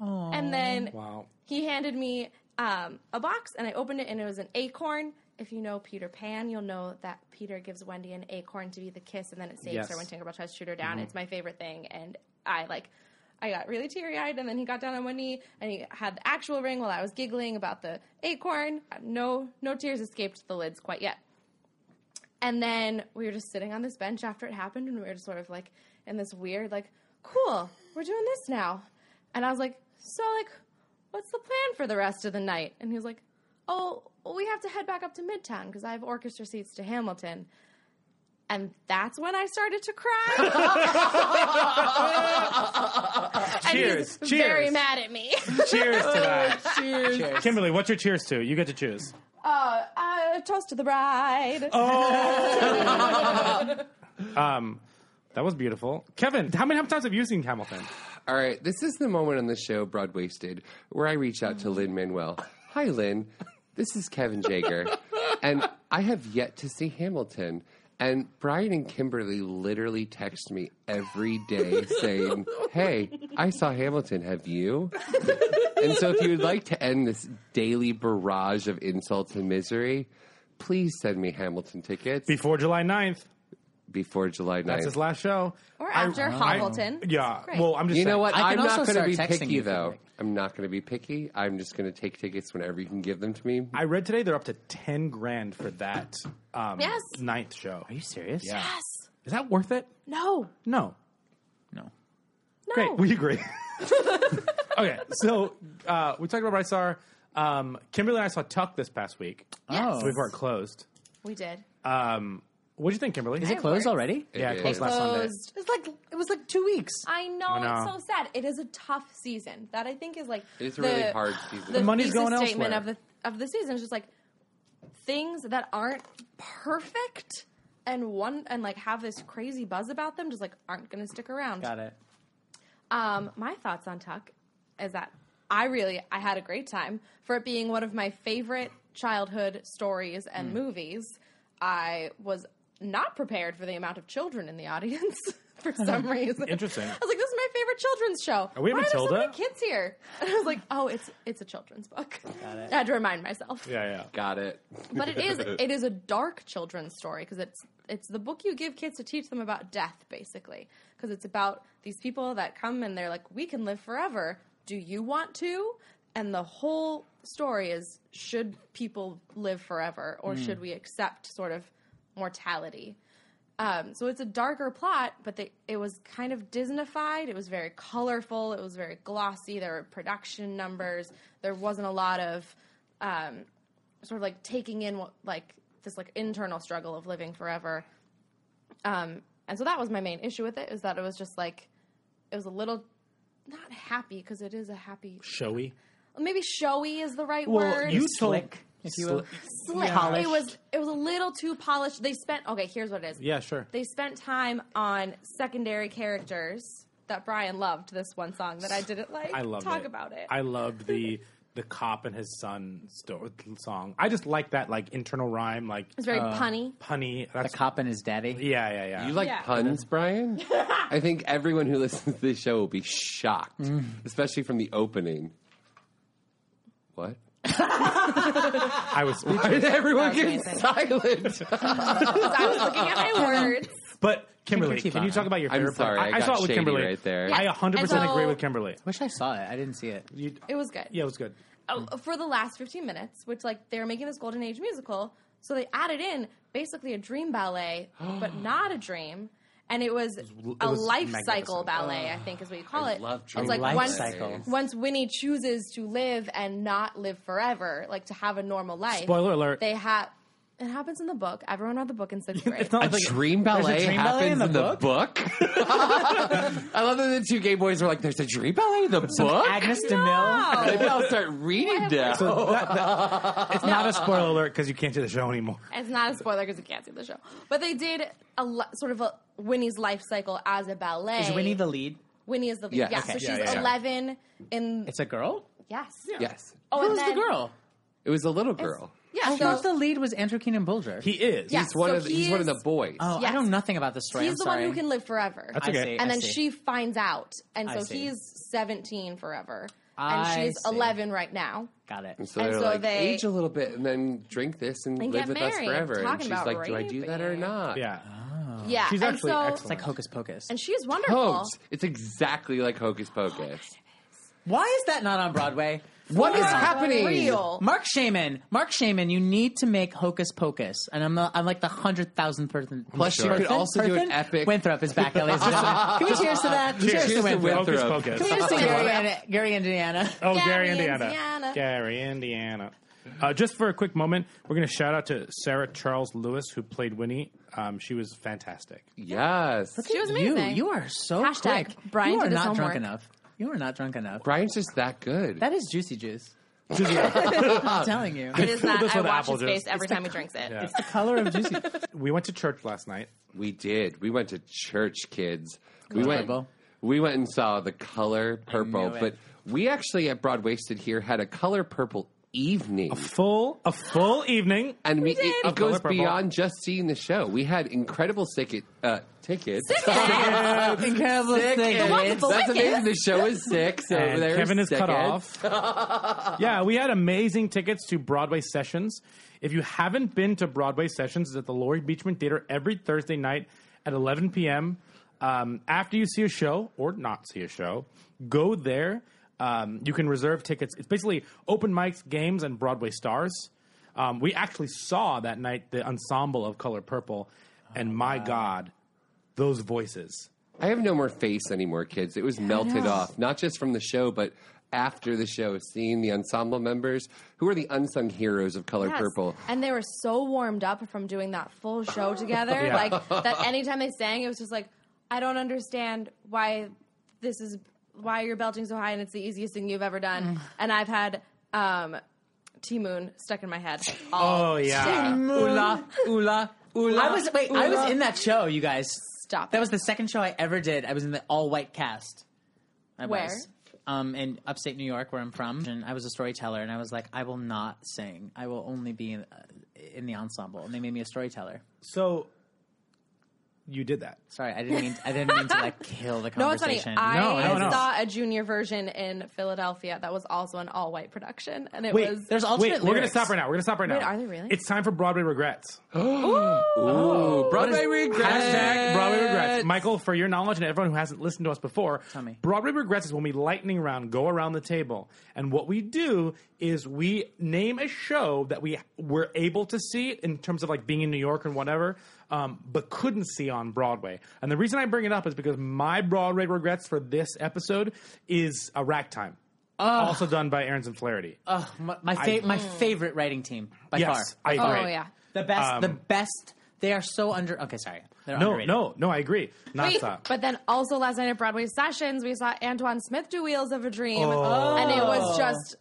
Speaker 4: and then
Speaker 2: Wow.
Speaker 4: he handed me um, a box and I opened it and it was an acorn. If you know Peter Pan, you'll know that Peter gives Wendy an acorn to be the kiss and then it saves
Speaker 2: Yes. Mm-hmm.
Speaker 4: her when Tinkerbell tries to shoot her down. It's my favorite thing. And I like, I got really teary eyed and then he got down on one knee and he had the actual ring while I was giggling about the acorn. No, no tears escaped the lids quite yet. And then we were just sitting on this bench after it happened, and we were just sort of like in this weird, like, cool, we're doing this now. And I was like, so, like, what's the plan for the rest of the night? And he was like, oh, we have to head back up to Midtown because I have orchestra seats to Hamilton. And that's when I started to cry. and
Speaker 2: Cheers,
Speaker 4: He's
Speaker 2: cheers.
Speaker 4: Very mad at me.
Speaker 2: Cheers to that.
Speaker 4: Oh,
Speaker 2: cheers. Kimberly, what's your cheers to? You get to choose.
Speaker 4: Uh, uh, toast to the bride.
Speaker 2: Oh, That was beautiful. Kevin, how many times have you seen Hamilton?
Speaker 3: All right, this is the moment on the show, Broad Wasted, where I reach out to Lynn Manuel. Hi, Lynn. This is Kevin Jager, and I have yet to see Hamilton. And Brian and Kimberly literally text me every day saying, Hey, I saw Hamilton. Have you? And so, if you would like to end this daily barrage of insults and misery, please send me Hamilton tickets
Speaker 2: Before July 9th.
Speaker 3: before July 9th.
Speaker 2: That's his last show.
Speaker 4: Or
Speaker 2: I-
Speaker 4: after
Speaker 2: I-
Speaker 4: Hobbiton.
Speaker 2: yeah.
Speaker 4: Oh, Great.
Speaker 2: Well, I'm just
Speaker 3: you know
Speaker 2: saying.
Speaker 3: what?
Speaker 5: I
Speaker 3: I'm
Speaker 5: can also
Speaker 3: not going to
Speaker 5: start
Speaker 3: be
Speaker 5: texting
Speaker 3: picky
Speaker 5: you for
Speaker 3: though.
Speaker 5: free.
Speaker 3: I'm not going to be picky. I'm just going to take tickets whenever you can give them to me.
Speaker 2: I read today they're up to ten grand for that um,
Speaker 4: Yes.
Speaker 2: ninth show.
Speaker 5: Are you serious?
Speaker 2: Yeah.
Speaker 4: Yes.
Speaker 2: Is that worth it?
Speaker 4: No.
Speaker 2: No.
Speaker 5: No.
Speaker 4: No.
Speaker 2: Great. We agree. okay. So uh, we talked about Bryce Star. Um, Kimberly and I saw Tuck this past week. Uh,
Speaker 5: Oh.
Speaker 4: Yes.
Speaker 2: We've already closed.
Speaker 4: We did.
Speaker 2: Oh, What do you think, Kimberly?
Speaker 5: Is it closed already?
Speaker 2: Yeah, it
Speaker 3: It
Speaker 2: closed
Speaker 3: is.
Speaker 2: last Sunday.
Speaker 4: Closed.
Speaker 5: It's like it was like two weeks.
Speaker 4: I know,
Speaker 2: I know.
Speaker 4: it's so sad. It is a tough season. That I think is like
Speaker 3: It's a
Speaker 4: the-
Speaker 3: really hard season.
Speaker 4: The
Speaker 2: money's
Speaker 4: thesis
Speaker 2: going
Speaker 4: statement
Speaker 2: elsewhere.
Speaker 4: of the of the season is just like things that aren't perfect and one and like have this crazy buzz about them just like aren't going to stick around.
Speaker 5: Got it.
Speaker 4: Um, my thoughts on Tuck is that I really I had a great time for it being one of my favorite childhood stories
Speaker 2: Mm.
Speaker 4: and movies. I was not prepared for the amount of children in the audience for some reason.
Speaker 2: Interesting.
Speaker 4: I was like, "This is my favorite children's show."
Speaker 2: Are we
Speaker 4: Why are
Speaker 2: Matilda?
Speaker 4: there so many kids here? And I was like, "Oh, it's it's a children's book." I had to remind myself.
Speaker 2: Yeah, yeah.
Speaker 3: Got it.
Speaker 4: But it is it is a dark children's story because it's it's the book you give kids to teach them about death basically because it's about these people that come and they're like we can live forever. Do you want to? And the whole story is should people live forever or should we accept sort of mortality? Um, so it's a darker plot, but they, it was kind of Disneyfied. It was very colorful. It was very glossy. There were production numbers. There wasn't a lot of um, sort of like taking in what like this like internal struggle of living forever. Um, and so that was my main issue with it is that it was just like it was a little not happy because it is a happy
Speaker 2: Showy.
Speaker 4: maybe showy is the right
Speaker 2: Well,
Speaker 4: word
Speaker 2: you told.
Speaker 5: Slick, if you will.
Speaker 4: Slick.
Speaker 5: Polished.
Speaker 4: it was it was a little too polished they spent okay here's what it is
Speaker 2: Yeah, sure.
Speaker 4: they spent time on secondary characters that Brian loved this one song that I didn't like
Speaker 2: I love
Speaker 4: talk about it
Speaker 2: I loved the the cop and his son sto- song. I just like that like internal rhyme, like uh,
Speaker 4: it's very punny
Speaker 2: punny.
Speaker 5: The
Speaker 2: That's
Speaker 5: cop and his daddy.
Speaker 2: yeah, yeah, yeah.
Speaker 3: You like
Speaker 4: Yeah.
Speaker 3: puns, Brian? I think everyone who listens to this show will be shocked, especially from the opening. What?
Speaker 2: I was
Speaker 3: Why did everyone get
Speaker 4: amazing.
Speaker 3: silent?
Speaker 4: 'Cause I was looking at my words
Speaker 2: But Kimberly,
Speaker 5: Keep
Speaker 2: can you
Speaker 5: on.
Speaker 2: talk about your
Speaker 3: I'm
Speaker 2: favorite?
Speaker 3: sorry,
Speaker 2: part?
Speaker 3: I got shady right there.
Speaker 2: I 100 percent
Speaker 4: And so-
Speaker 2: agree with Kimberly.
Speaker 5: I wish I saw it. I didn't see it.
Speaker 2: You-
Speaker 4: it was good
Speaker 2: yeah, it was good.
Speaker 4: oh, for the last 15 minutes, which like they were making this golden age musical, so they added in basically a dream ballet, but not a dream. And it was a
Speaker 2: was
Speaker 4: life
Speaker 2: magnificent.
Speaker 4: cycle ballet, I think is what you call it.
Speaker 3: love
Speaker 4: it's
Speaker 3: dream
Speaker 4: like
Speaker 5: life
Speaker 4: once,
Speaker 5: cycle.
Speaker 4: once Winnie chooses to live and not live forever, like to have a normal life.
Speaker 2: Spoiler alert.
Speaker 4: They have it happens in the book. Everyone read the book in sixth grade.
Speaker 2: It's not
Speaker 3: A
Speaker 2: like
Speaker 3: dream ballet
Speaker 5: dream
Speaker 3: happens
Speaker 5: ballet
Speaker 3: in
Speaker 5: in
Speaker 3: the,
Speaker 5: the
Speaker 3: book. I love that the two gay boys were like, "There's a dream ballet in the book."
Speaker 5: Agnes DeMille.
Speaker 3: Maybe I'll start reading now.
Speaker 2: it's not a spoiler alert because you can't do the show anymore.
Speaker 4: It's not a spoiler because you can't see the show, but they did a lo- sort of a Winnie's life cycle as a ballet.
Speaker 5: Is Winnie the lead?
Speaker 4: Winnie is the lead.
Speaker 3: Yes.
Speaker 4: Yeah,
Speaker 3: Okay.
Speaker 4: so she's
Speaker 2: Yeah, yeah, yeah.
Speaker 4: 11 in
Speaker 5: It's a girl.
Speaker 4: yes.
Speaker 3: yes,
Speaker 4: Oh, and
Speaker 5: Who's the
Speaker 4: then-
Speaker 5: girl?
Speaker 3: it was a little girl.
Speaker 4: Yeah,
Speaker 5: I
Speaker 4: so
Speaker 5: thought the lead was Andrew Keenan Bolger.
Speaker 2: He is.
Speaker 4: Yeah.
Speaker 3: He's one
Speaker 4: so
Speaker 3: of the,
Speaker 4: he
Speaker 3: he's one of
Speaker 4: is-
Speaker 3: the boys.
Speaker 5: oh,
Speaker 4: yes.
Speaker 5: I know nothing about this story.
Speaker 4: he's
Speaker 5: I'm
Speaker 4: the
Speaker 5: sorry.
Speaker 4: one who can live forever.
Speaker 2: That's
Speaker 5: I
Speaker 2: okay.
Speaker 5: see,
Speaker 4: and
Speaker 5: I
Speaker 4: then
Speaker 5: see.
Speaker 4: she finds out, and
Speaker 5: I
Speaker 4: so
Speaker 5: see.
Speaker 4: he's 17 forever,
Speaker 5: I
Speaker 4: and she's
Speaker 5: see.
Speaker 4: 11 right now.
Speaker 5: got it.
Speaker 3: So
Speaker 4: And
Speaker 3: they're
Speaker 4: so
Speaker 3: like,
Speaker 4: they-
Speaker 3: age a little bit and then drink this and,
Speaker 4: And
Speaker 3: live
Speaker 4: get
Speaker 3: with us
Speaker 4: married.
Speaker 3: forever. And
Speaker 4: Talking
Speaker 3: she's
Speaker 4: about
Speaker 3: like, do I do that or
Speaker 4: raping.
Speaker 3: not?
Speaker 2: Yeah.
Speaker 4: Yeah,
Speaker 2: She's
Speaker 4: and
Speaker 2: actually
Speaker 4: so,
Speaker 2: excellent.
Speaker 5: It's like Hocus Pocus.
Speaker 4: And she's wonderful.
Speaker 3: Pokes. It's exactly like Hocus Pocus.
Speaker 5: Why is that not on Broadway?
Speaker 3: What is
Speaker 4: Wow.
Speaker 3: happening?
Speaker 4: Real.
Speaker 5: Mark Shaman, Mark Shaman, you need to make Hocus Pocus, and I'm the, I'm like the hundred thousandth person.
Speaker 3: Plus, you
Speaker 5: person-
Speaker 3: could also do an
Speaker 5: person?
Speaker 3: epic-
Speaker 5: Winthrop is back. At least. Can we cheers to that? Cheers,
Speaker 3: Cheers to
Speaker 5: to Winthrop. Oh,
Speaker 3: Winthrop.
Speaker 2: Hocus
Speaker 3: Throw.
Speaker 2: Pocus.
Speaker 5: Can we just do Gary, and, Gary and Indiana?
Speaker 2: Oh, Gary,
Speaker 4: Gary,
Speaker 2: Indiana.
Speaker 4: Indiana.
Speaker 2: Gary, Indiana. Uh, just for a quick moment, we're going to shout out to Sarah Charles Lewis, who played Winnie. Um, she was fantastic.
Speaker 3: Yes.
Speaker 4: she was
Speaker 5: You,
Speaker 4: amazing.
Speaker 5: you are so
Speaker 4: Hashtag
Speaker 5: quick.
Speaker 4: Brian
Speaker 5: you are
Speaker 4: did his
Speaker 5: not drunk
Speaker 4: homework.
Speaker 5: enough. You are not drunk enough.
Speaker 3: Brian's just that good.
Speaker 5: That is juicy juice. I'm telling you,
Speaker 4: it is not.
Speaker 2: This
Speaker 4: I
Speaker 2: with
Speaker 4: watch
Speaker 2: apple
Speaker 4: his
Speaker 2: juice.
Speaker 4: face every time he drinks it.
Speaker 2: Yeah.
Speaker 5: it's the color of juicy.
Speaker 2: we went to church last night.
Speaker 3: we did. We went to church, kids. We
Speaker 5: to
Speaker 3: went.
Speaker 5: Purple.
Speaker 3: We went and saw the color purple,
Speaker 5: knew it.
Speaker 3: but we actually at Broad Wasted here had a color purple evening.
Speaker 2: Full, a full evening.
Speaker 3: and we, it, it
Speaker 2: Of Color
Speaker 3: goes
Speaker 2: Purple.
Speaker 3: beyond just seeing the show. We had incredible ticket, uh, tickets.
Speaker 5: Incredible thing.
Speaker 4: with the
Speaker 3: That's
Speaker 4: wicked.
Speaker 3: amazing. The show is sick. So
Speaker 2: and
Speaker 3: there's
Speaker 2: Kevin is cut
Speaker 3: tickets.
Speaker 2: off. yeah, we had amazing tickets to Broadway Sessions. If you haven't been to Broadway Sessions, it's at the Laurie Beachman Theater every Thursday night at 11 p.m. Um, after you see a show or not see a show, go there. Um, you can reserve tickets. It's basically open mics, games, and Broadway stars. Um, we actually saw that night the ensemble of Color Purple,
Speaker 3: Oh,
Speaker 2: and my God, those voices.
Speaker 3: I have no more face anymore, kids. It was melted off, not just from the show, but after the show, seeing the ensemble members who are the unsung heroes of Color
Speaker 4: Yes.
Speaker 3: Purple.
Speaker 4: And they were so warmed up from doing that full show together.
Speaker 2: Yeah.
Speaker 4: Like that anytime they sang, it was just like, I don't understand why this is why you're belching so high and it's the easiest thing you've ever done. And I've had um T Moon stuck in my head. All
Speaker 2: Oh yeah,
Speaker 5: Ula, ula, ula. I was wait. I
Speaker 4: Uh, ula.
Speaker 5: was in that show, you guys.
Speaker 4: Stop
Speaker 5: That
Speaker 4: it.
Speaker 5: was the second show I ever did. I was in the all white cast. I
Speaker 4: Where?
Speaker 5: was. Um, in upstate New York, where I'm from, and I was a storyteller, and I was like, I will not sing. I will only be in, uh, in the ensemble, and they made me a storyteller.
Speaker 2: so you did that.
Speaker 5: Sorry, I didn't mean. I didn't mean to like kill the
Speaker 4: No, it's funny.
Speaker 5: conversation.
Speaker 4: I
Speaker 2: No, no, no.
Speaker 4: saw a junior version in Philadelphia that was also an all white production, and it
Speaker 2: Wait,
Speaker 4: was
Speaker 5: There's alternate.
Speaker 2: Wait, we're gonna
Speaker 5: lyrics.
Speaker 2: stop right now. We're gonna stop right now.
Speaker 4: are they really?
Speaker 2: It's time for Broadway regrets.
Speaker 4: Oh.
Speaker 3: Ooh, Broadway regrets.
Speaker 2: Hashtag Broadway regrets. Michael, for your knowledge and everyone who hasn't listened to us before,
Speaker 5: me.
Speaker 2: Broadway regrets is when we lightning round go around the table, and what we do is we name a show that we were able to see in terms of like being in New York and whatever, um, but couldn't see on Broadway. And the reason I bring it up is because my Broadway regrets for this episode is a rack time. also done by Aaron's and Flaherty.
Speaker 5: Ugh, my my, fa- my favorite writing team by
Speaker 2: Mm. yes,
Speaker 5: far.
Speaker 2: I agree.
Speaker 4: oh yeah.
Speaker 5: the best. the best. They are so under. Okay, sorry. They're
Speaker 2: No,
Speaker 5: underrated.
Speaker 2: no, no, I agree.
Speaker 4: Wait,
Speaker 2: Nonstop.
Speaker 4: but then also last night at Broadway Sessions, we saw Antoine Smith do Wheels of a Dream, and it was just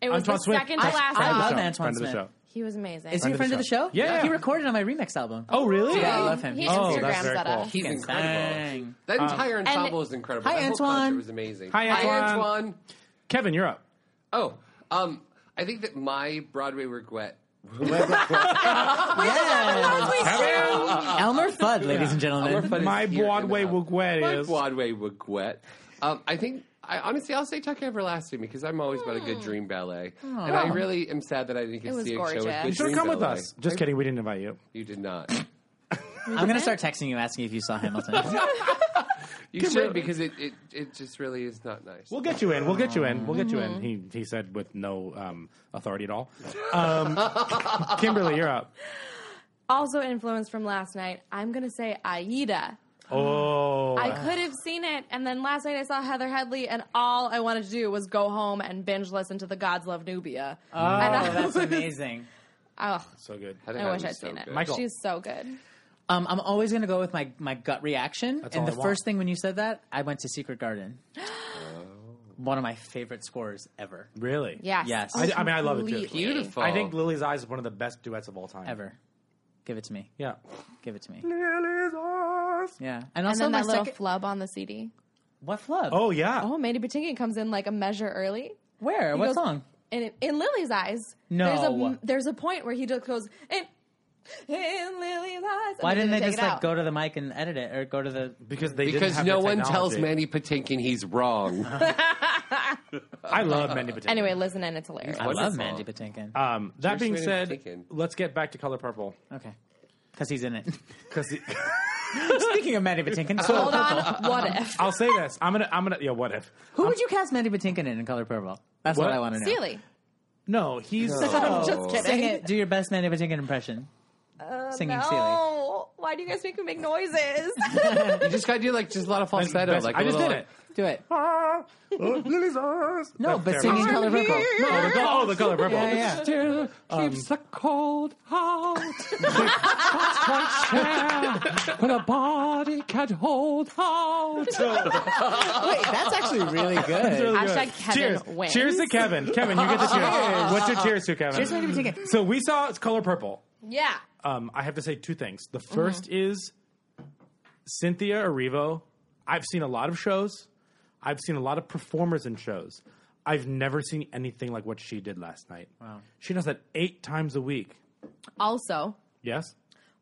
Speaker 4: it was
Speaker 2: Antoine
Speaker 4: the
Speaker 2: Smith.
Speaker 4: second
Speaker 2: I-
Speaker 4: to last
Speaker 5: I
Speaker 4: song.
Speaker 5: love
Speaker 2: Friend
Speaker 5: Antoine
Speaker 2: of the
Speaker 5: Smith.
Speaker 2: show.
Speaker 4: He was amazing.
Speaker 5: Is he a friend of the show?
Speaker 2: Yeah.
Speaker 5: He recorded on my remix album.
Speaker 2: Oh, really?
Speaker 5: Yeah, I
Speaker 4: He-
Speaker 5: love him.
Speaker 4: He
Speaker 5: He's
Speaker 2: Oh,
Speaker 4: Instagrams
Speaker 2: that's very
Speaker 4: at
Speaker 2: cool.
Speaker 4: us.
Speaker 3: He's Um,
Speaker 5: can
Speaker 3: incredible.
Speaker 5: sing.
Speaker 3: That entire ensemble
Speaker 4: and-
Speaker 3: is incredible.
Speaker 5: Hi,
Speaker 3: that whole
Speaker 5: Antoine.
Speaker 3: concert was amazing.
Speaker 2: Hi, Antoine.
Speaker 3: Antoine.
Speaker 2: Kevin, you're up.
Speaker 3: Oh, um, I think that my Broadway regret.
Speaker 4: Oh,
Speaker 5: Elmer Fudd, ladies and gentlemen.
Speaker 3: But it's
Speaker 2: My
Speaker 3: here in
Speaker 2: Broadway
Speaker 3: the house.
Speaker 2: regret
Speaker 3: My
Speaker 2: is.
Speaker 3: Broadway regret. Um, I think. I honestly, I'll say Tuck Everlasting because I'm always about a
Speaker 2: Oh.
Speaker 3: good dream ballet, and I really am sad that I didn't get
Speaker 4: It
Speaker 3: to
Speaker 4: was
Speaker 3: see a show.
Speaker 4: gorgeous.
Speaker 3: With good
Speaker 4: You
Speaker 2: You should have
Speaker 3: Dream
Speaker 2: come with
Speaker 3: Ballet.
Speaker 2: us. Just kidding, we didn't invite you.
Speaker 3: You did not.
Speaker 5: I'm going to start texting you asking if you saw Hamilton. Oh,
Speaker 3: You
Speaker 2: here.
Speaker 3: should because it, it it just really is not nice.
Speaker 2: We'll get you in. We'll get you in. We'll get you in. He he said with no um, authority at all. Um, Kimberly, you're up.
Speaker 4: Also influenced from last night, I'm gonna say Aida.
Speaker 2: Oh,
Speaker 4: I could have seen it, and then last night I saw Heather Headley, and all I wanted to do was go home and binge listen to the Gods Love Nubia.
Speaker 5: oh, that's amazing.
Speaker 4: Oh,
Speaker 2: so good.
Speaker 3: Heather
Speaker 4: I wish
Speaker 3: Headley's
Speaker 4: I'd
Speaker 3: so
Speaker 4: seen it.
Speaker 3: good.
Speaker 2: Michael.
Speaker 4: She's so good.
Speaker 5: Um, I'm always going to go with my, my gut reaction. and
Speaker 2: all
Speaker 5: the
Speaker 2: I want.
Speaker 5: first thing when you said that, I went to Secret Garden. One of my favorite scores ever.
Speaker 2: Really?
Speaker 4: Yes.
Speaker 5: Yes.
Speaker 4: Oh,
Speaker 2: I- I mean, I love it too.
Speaker 4: completely.
Speaker 3: Beautiful.
Speaker 2: I think Lily's Eyes is one of the best duets of all time.
Speaker 5: Ever. Give it to me.
Speaker 2: Yeah.
Speaker 5: Give it to me.
Speaker 2: Lily's Eyes.
Speaker 5: Yeah. And
Speaker 4: And
Speaker 5: also
Speaker 4: then
Speaker 5: my
Speaker 4: that little
Speaker 5: second-
Speaker 4: flub on the CD.
Speaker 5: what flub?
Speaker 2: Oh yeah.
Speaker 4: Oh, Mandy Patinkin comes in like a measure early.
Speaker 5: Where? What
Speaker 4: goes-
Speaker 5: song?
Speaker 4: And in, in Lily's eyes,
Speaker 5: No.
Speaker 4: there's a there's a point where he just goes in, in Lily's eyes. and
Speaker 5: Why didn't they
Speaker 4: take
Speaker 5: just
Speaker 4: it
Speaker 5: like
Speaker 4: out.
Speaker 5: go to the mic and edit it or go to the
Speaker 2: Because they didn't
Speaker 3: because
Speaker 2: have
Speaker 3: no
Speaker 2: the
Speaker 3: one tells
Speaker 2: technology.
Speaker 3: Manny Patinkin he's wrong.
Speaker 2: I love Mandy Patinkin.
Speaker 4: Anyway, listen, and it's hilarious.
Speaker 5: I
Speaker 3: Wonderful.
Speaker 5: love Mandy Patinkin.
Speaker 2: um, that
Speaker 3: Cheers
Speaker 2: being
Speaker 3: to Mandy
Speaker 2: said,
Speaker 3: Patinkin.
Speaker 2: let's get back to Color Purple.
Speaker 5: okay. Because he's in it.
Speaker 2: 'Cause he-
Speaker 5: Speaking of Mandy Patinkin, so
Speaker 4: Hold on, what if?
Speaker 2: I'll say this. I'm gonna. I'm gonna. Yeah. What if?
Speaker 5: who would you cast Mandy Patinkin in in Color Purple? That's what,
Speaker 2: What?
Speaker 5: I want to know. Oh.
Speaker 4: Steely.
Speaker 2: No, he's.
Speaker 4: Just kidding.
Speaker 5: Sing it. Do your best Mandy Patinkin impression. Singing Steely.
Speaker 4: Uh, No. Why do you guys make me make noises?
Speaker 3: you just gotta do like just a lot of falsetto.
Speaker 2: Best-
Speaker 3: Like
Speaker 2: I
Speaker 3: a
Speaker 2: just
Speaker 3: little,
Speaker 2: did it.
Speaker 5: Do it.
Speaker 2: Ah, oh, Lily's eyes.
Speaker 5: No,
Speaker 2: That's
Speaker 5: but
Speaker 2: terrible.
Speaker 5: singing Color Purple. No.
Speaker 2: Oh, the, col- oh, the color purple.
Speaker 5: Yeah, yeah.
Speaker 3: Still keeps
Speaker 2: Um,
Speaker 3: the cold out. when a body can't hold out.
Speaker 5: Wait, that's actually really good.
Speaker 2: Really good.
Speaker 4: Hashtag Kevin
Speaker 2: cheers.
Speaker 4: wins.
Speaker 2: Cheers to Kevin. Kevin, you get the cheers. What's your cheers to, Kevin?
Speaker 5: Cheers to Mandy Patinkin.
Speaker 2: So we saw it's color purple.
Speaker 4: yeah.
Speaker 2: Um, I have to say two things. The
Speaker 4: Mm-hmm.
Speaker 2: 1st is Cynthia Erivo. I've seen a lot of shows. I've seen a lot of performers in shows. I've never seen anything like what she did last night. Wow. She does that eight times a week.
Speaker 4: Also,
Speaker 2: Yes.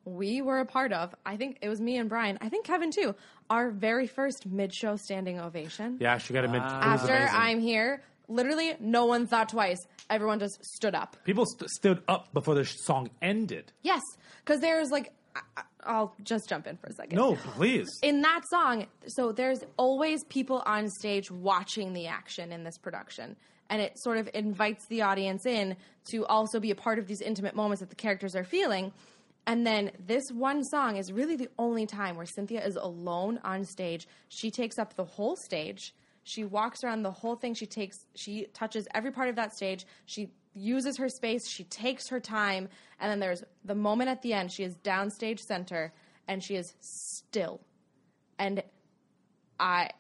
Speaker 4: we were a part of. I think it was me and Brian. I think Kevin too. Our very first mid-show standing ovation.
Speaker 2: Yeah, she got a mid. it was
Speaker 4: After
Speaker 2: amazing.
Speaker 4: I'm here, Literally, no one thought twice. Everyone just stood up.
Speaker 2: People st- stood up before the sh- song ended.
Speaker 4: Yes, because there's like, I- I- I'll just jump in for a second.
Speaker 2: No, please.
Speaker 4: in that song, so there's always people on stage watching the action in this production. And it sort of invites the audience in to also be a part of these intimate moments that the characters are feeling. And then this one song is really the only time where Cynthia is alone on stage. She takes up the whole stage. She walks around the whole thing. She takes she touches every part of that stage. She uses her space. She takes her time. And then there's the moment at the end. She is downstage center and she is still and I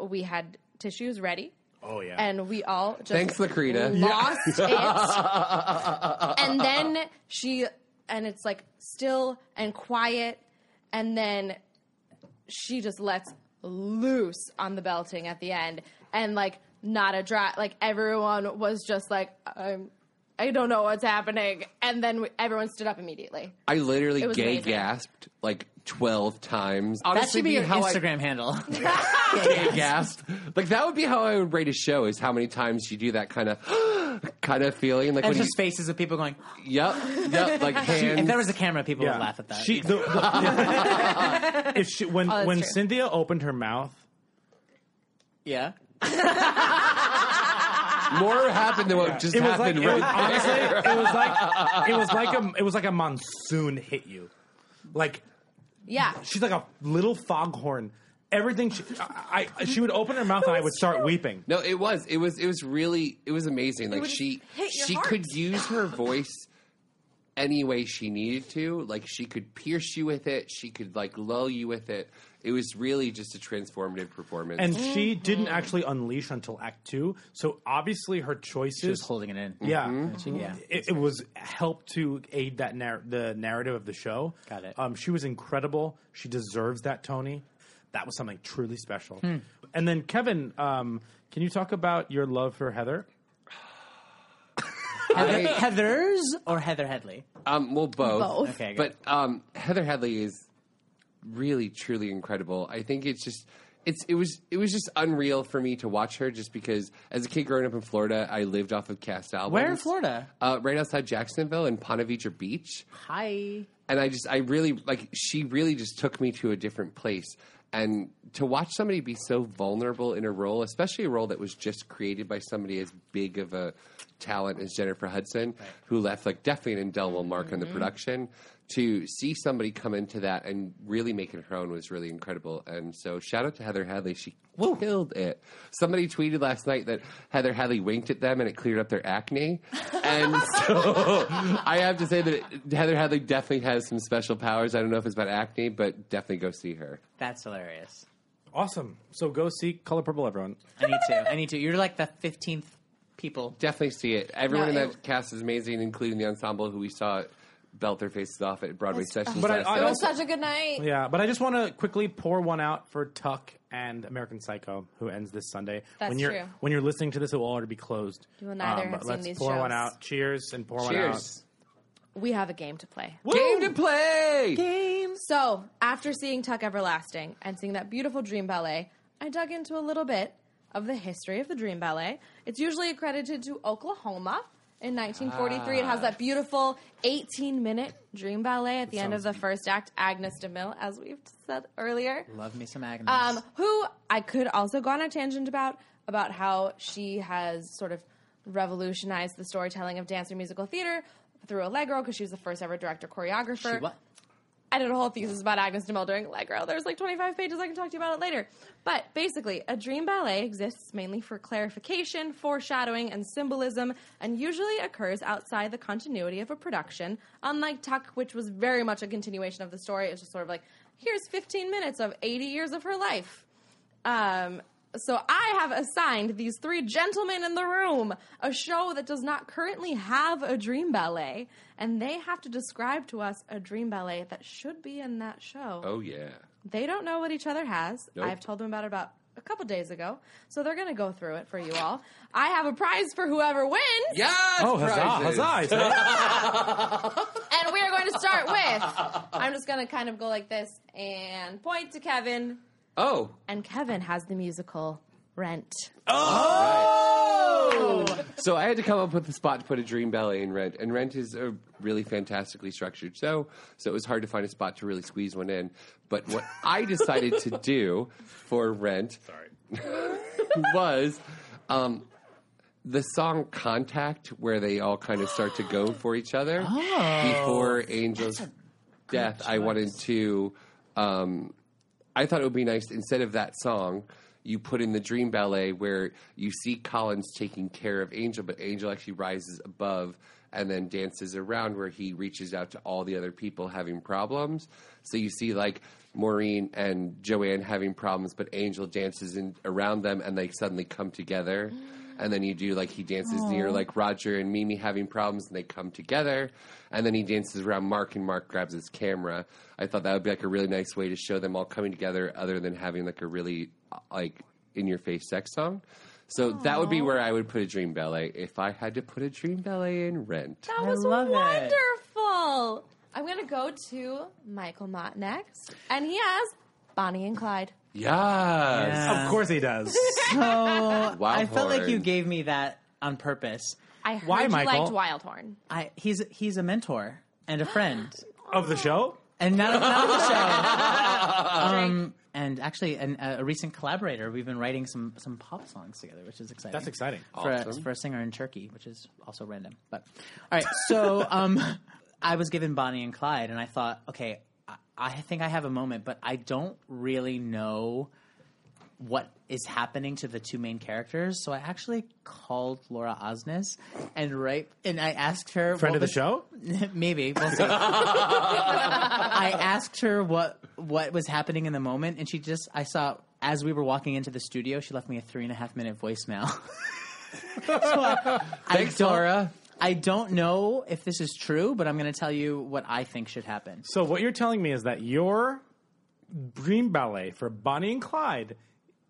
Speaker 4: we had tissues ready.
Speaker 2: Oh, yeah.
Speaker 4: And we all just
Speaker 3: Thanks, Lakrita.
Speaker 4: lost it. and then she and it's like still and quiet, and then she just lets loose on the belting at the end, and like not a dry. Like everyone was just like I'm. I don't know what's happening, and then we, everyone stood up immediately.
Speaker 3: I literally
Speaker 4: It was
Speaker 3: gay
Speaker 4: amazing.
Speaker 3: gasped like twelve times. Honestly,
Speaker 5: That should be your
Speaker 3: how I-
Speaker 5: Instagram handle.
Speaker 3: gay gasp. Like that would be how I would rate a show is how many times you do that kind of kind of feeling. Like
Speaker 5: It's
Speaker 3: when you,
Speaker 5: just faces of people going.
Speaker 3: yep, yep, like hands.
Speaker 5: If there was a camera, people would laugh at that.
Speaker 2: She, the, the- if she, when
Speaker 4: Oh, that's
Speaker 2: when
Speaker 4: true.
Speaker 2: Cynthia opened her mouth,
Speaker 5: yeah.
Speaker 3: more happened than what just
Speaker 2: it was like
Speaker 3: happened.
Speaker 2: it was,
Speaker 3: right
Speaker 2: honestly,
Speaker 3: there.
Speaker 2: it was like it was like a it was like a monsoon hit you, like
Speaker 4: Yeah,
Speaker 2: she's like a little foghorn. Everything she, I, I, she would open her mouth and I would start weeping.
Speaker 3: No, it was. It was. It was really. It was amazing. Like
Speaker 4: would
Speaker 3: she,
Speaker 4: hit your
Speaker 3: she
Speaker 4: heart.
Speaker 3: could use her voice any way she needed to. Like she could pierce you with it. She could like lull you with it. It was really just a transformative performance.
Speaker 2: And she didn't actually unleash until Act Two, so obviously her choices.
Speaker 5: She was holding it in.
Speaker 2: yeah,
Speaker 4: Mm-hmm.
Speaker 5: Yeah.
Speaker 2: it, it was helped to aid that narr- the narrative of the show.
Speaker 5: Got it.
Speaker 2: Um, she was incredible. She deserves that Tony. That was something truly special.
Speaker 4: Hmm.
Speaker 2: And then Kevin, um, can you talk about your love for Heather?
Speaker 5: Heather, Heather's or Heather Headley?
Speaker 3: um, well, both.
Speaker 4: Both.
Speaker 5: Okay, good.
Speaker 3: But um, Heather Hadley is really truly incredible. I think it's just it's it was it was just unreal for me to watch her just because as a kid growing up in Florida, I lived off of cast albums.
Speaker 5: Where in Florida?
Speaker 3: Uh, right outside Jacksonville in Pontevedra Beach.
Speaker 5: Hi.
Speaker 3: and I just I really like she really just took me to a different place. And to watch somebody be so vulnerable in a role, especially a role that was just created by somebody as big of a talent as Jennifer Hudson, who left like definitely an indelible mark on the production, to see somebody come into that and really make it her own was really incredible. And so shout out to Heather Hadley, she killed it. Somebody tweeted last night that Heather Hadley winked at them and it cleared up their acne. And so I have to say that Heather Hadley definitely has some special powers. I don't know if it's about acne, but definitely go see her.
Speaker 5: That's hilarious.
Speaker 2: Awesome. So go see Color Purple, everyone.
Speaker 5: I need to. I need to. You're like the fifteenth people.
Speaker 3: Definitely see it. Everyone
Speaker 4: No,
Speaker 3: in that
Speaker 4: it-
Speaker 3: cast is amazing, including the ensemble who we saw belt their faces off at Broadway sessions.
Speaker 2: But I-
Speaker 3: last
Speaker 2: I
Speaker 3: night.
Speaker 4: it was such a good night.
Speaker 2: Yeah, but I just want to quickly pour one out for Tuck and American Psycho, who ends this Sunday.
Speaker 4: That's
Speaker 2: when you're
Speaker 4: true.
Speaker 2: when you're listening to this, it will already be closed. Um,
Speaker 4: You will neither have
Speaker 2: but
Speaker 4: seen
Speaker 2: let's
Speaker 4: these
Speaker 2: pour one
Speaker 4: shows.
Speaker 2: out. Cheers and pour one out.
Speaker 3: Cheers.
Speaker 4: We have a game to play.
Speaker 3: Game to play.
Speaker 4: So, after seeing Tuck Everlasting and seeing that beautiful Dream Ballet, I dug into a little bit of the history of the Dream Ballet. It's usually accredited to Oklahoma in 1943. It
Speaker 5: Ah.
Speaker 4: has that beautiful 18 minute Dream Ballet at the end of the first act, Agnes de Mille, as we've said earlier.
Speaker 5: Love me some Agnes.
Speaker 4: Um, who I could also go on a tangent about about how she has sort of revolutionized the storytelling of dance and musical theater through Allegro because she was the first ever director choreographer.
Speaker 5: She what?
Speaker 4: I did a whole thesis about Agnes de Mille during Allegro. There's like 25 pages. I can talk to you about it later. But basically, a dream ballet exists mainly for clarification, foreshadowing, and symbolism, and usually occurs outside the continuity of a production. Unlike Tuck, which was very much a continuation of the story, it's just sort of like here's 15 minutes of 80 years of her life. Um, so I have assigned these three gentlemen in the room a show that does not currently have a dream ballet, and they have to describe to us a dream ballet that should be in that show.
Speaker 3: Oh yeah.
Speaker 4: They don't know what each other has.
Speaker 3: Nope.
Speaker 4: I've told them about it about a couple days ago, so they're going to go through it for you all. I have a prize for whoever wins,
Speaker 3: Yes.
Speaker 2: Oh, huzzah,
Speaker 3: prizes.
Speaker 2: huzzah!
Speaker 4: and we are going to start with. I'm just going to kind of go like this and point to Kevin,
Speaker 3: Oh,
Speaker 4: and Kevin has the musical Rent.
Speaker 3: So I had to come up with a spot to put a dream ballet in Rent, and Rent is a really fantastically structured show, so it was hard to find a spot to really squeeze one in. But what I decided to do for Rent was um, the song "Contact," where they all kind of start to go for each other before Angel's death. I wanted to. Um, I thought it would be nice instead of that song, you put in the dream ballet where you see Collins taking care of Angel, but Angel actually rises above and then dances around where he reaches out to all the other people having problems. So you see like Maureen and Joanne having problems, but Angel dances in around them and they suddenly come together. And then you do like he dances near like Roger and Mimi having problems and they come together. And then he dances around Mark and Mark grabs his camera. I thought that would be like a really nice way to show them all coming together other than having like a really uh, like in your face sex song. So that would be where I would put a dream ballet if I had to put a dream ballet in rent.
Speaker 4: That was
Speaker 5: love it.
Speaker 4: wonderful. I'm gonna go to Michael Mott next, and he has Bonnie and Clyde.
Speaker 3: Yes.
Speaker 5: Yeah.
Speaker 2: Of course he does.
Speaker 5: So
Speaker 3: Wild
Speaker 5: I felt like you
Speaker 3: horn.
Speaker 5: gave me that on purpose.
Speaker 4: I heard
Speaker 2: Why,
Speaker 4: you
Speaker 2: Michael?
Speaker 4: liked Wildhorn.
Speaker 5: I he's he's a mentor and a friend,
Speaker 2: of the show?
Speaker 5: and not, not on the show. Um, and actually, an, a recent collaborator. We've been writing some some pop songs together, which is exciting.
Speaker 2: That's exciting.
Speaker 5: for, a, for a singer in Turkey, which is also random. But all right, so um, I was given Bonnie and Clyde, and I thought, okay, I, I think I have a moment, but I don't really know what is happening to the two main characters. So I actually called Laura Osnes and right, and I asked her
Speaker 2: Friend
Speaker 5: what
Speaker 2: of the
Speaker 5: was-
Speaker 2: show?
Speaker 5: Maybe we'll see. I asked her what what was happening in the moment, and she just I saw as we were walking into the studio, she left me a three and a half minute voicemail. so I,
Speaker 3: Thanks,
Speaker 5: I don't-
Speaker 3: Laura.
Speaker 5: I don't know if this is true, but I'm going to tell you what I think should happen.
Speaker 2: So what you're telling me is that your dream ballet for Bonnie and Clyde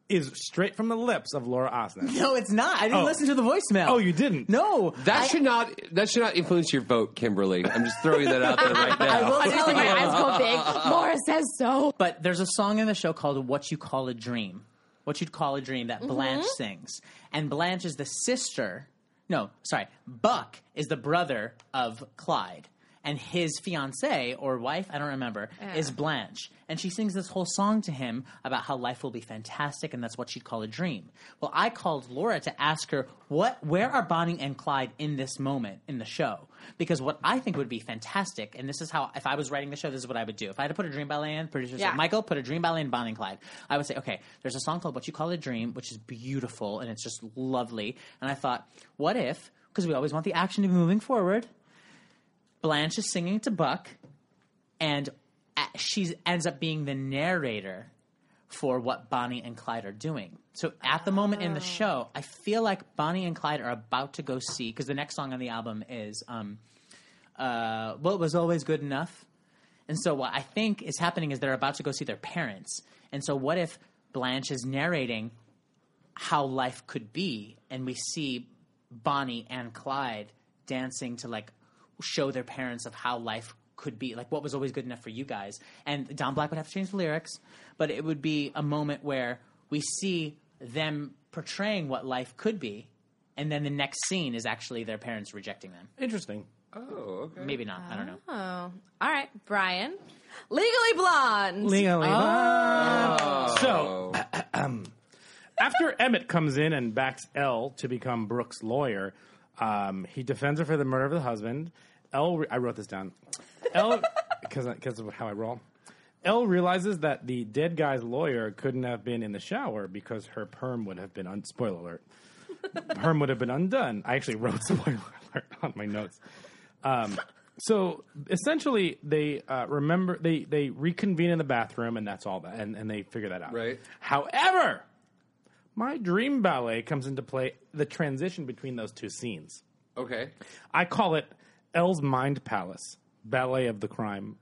Speaker 2: is straight from the lips of Laura Osnes.
Speaker 5: No, it's not. I didn't
Speaker 2: Oh.
Speaker 5: listen to the voicemail.
Speaker 2: Oh, you didn't?
Speaker 5: No,
Speaker 3: That
Speaker 5: I-
Speaker 3: should not that should not influence your vote, Kimberly. I'm just throwing that out there right now.
Speaker 5: will
Speaker 4: I just think my eyes go big. Laura says so.
Speaker 5: But there's a song in the show called "What You Call a Dream," what you'd call a dream that Blanche sings, and Blanche is the sister. No, sorry, Buck is the brother of Clyde, and his fiance or wife, I don't remember, is Blanche, and she sings this whole song to him about how life will be fantastic, and that's what she'd call a dream. Well, I called Laura to ask her what, where are Bonnie and Clyde in this moment in the show? Because what I think would be fantastic, and this is how, if I was writing the show, this is what I would do. If I had to put a dream ballet in, producers
Speaker 4: Yeah.
Speaker 5: like, Michael, put a dream ballet in Bonnie and Clyde. I would say, okay, there's a song called What You Call a Dream, which is beautiful and it's just lovely. And I thought, what if, because we always want the action to be moving forward, Blanche is singing to Buck, and a- she ends up being the narrator for what Bonnie and Clyde are doing. So at the moment in the show, I feel like Bonnie and Clyde are about to go see because the next song on the album is um, uh, "What Was Always Good Enough," and so what I think is happening is they're about to go see their parents. And so what if Blanche is narrating how life could be, and we see Bonnie and Clyde dancing to like show their parents of how life could be, like what was always good enough for you guys. And Don Black would have to change the lyrics, but it would be a moment where we see them portraying what life could be, and then the next scene is actually their parents rejecting them.
Speaker 2: Interesting.
Speaker 5: Maybe not. I don't know.
Speaker 4: Oh, all right, Brian. Legally Blonde.
Speaker 2: Legally. Oh. So,
Speaker 5: Oh.
Speaker 2: after Emmett comes in and backs Elle to become Brooke's lawyer, um, he defends her for the murder of the husband. Elle, re- I wrote this down. Elle, because of how I roll. Elle realizes that the dead guy's lawyer couldn't have been in the shower because her perm would have been un- spoiler alert. perm would have been undone. I actually wrote spoiler alert on my notes. Um, so essentially, they uh, remember they they reconvene in the bathroom, and that's all that, and, and they figure that out.
Speaker 3: Right.
Speaker 2: However, my dream ballet comes into play the transition between those two scenes.
Speaker 3: okay.
Speaker 2: I call it Elle's Mind Palace Ballet of the Crime.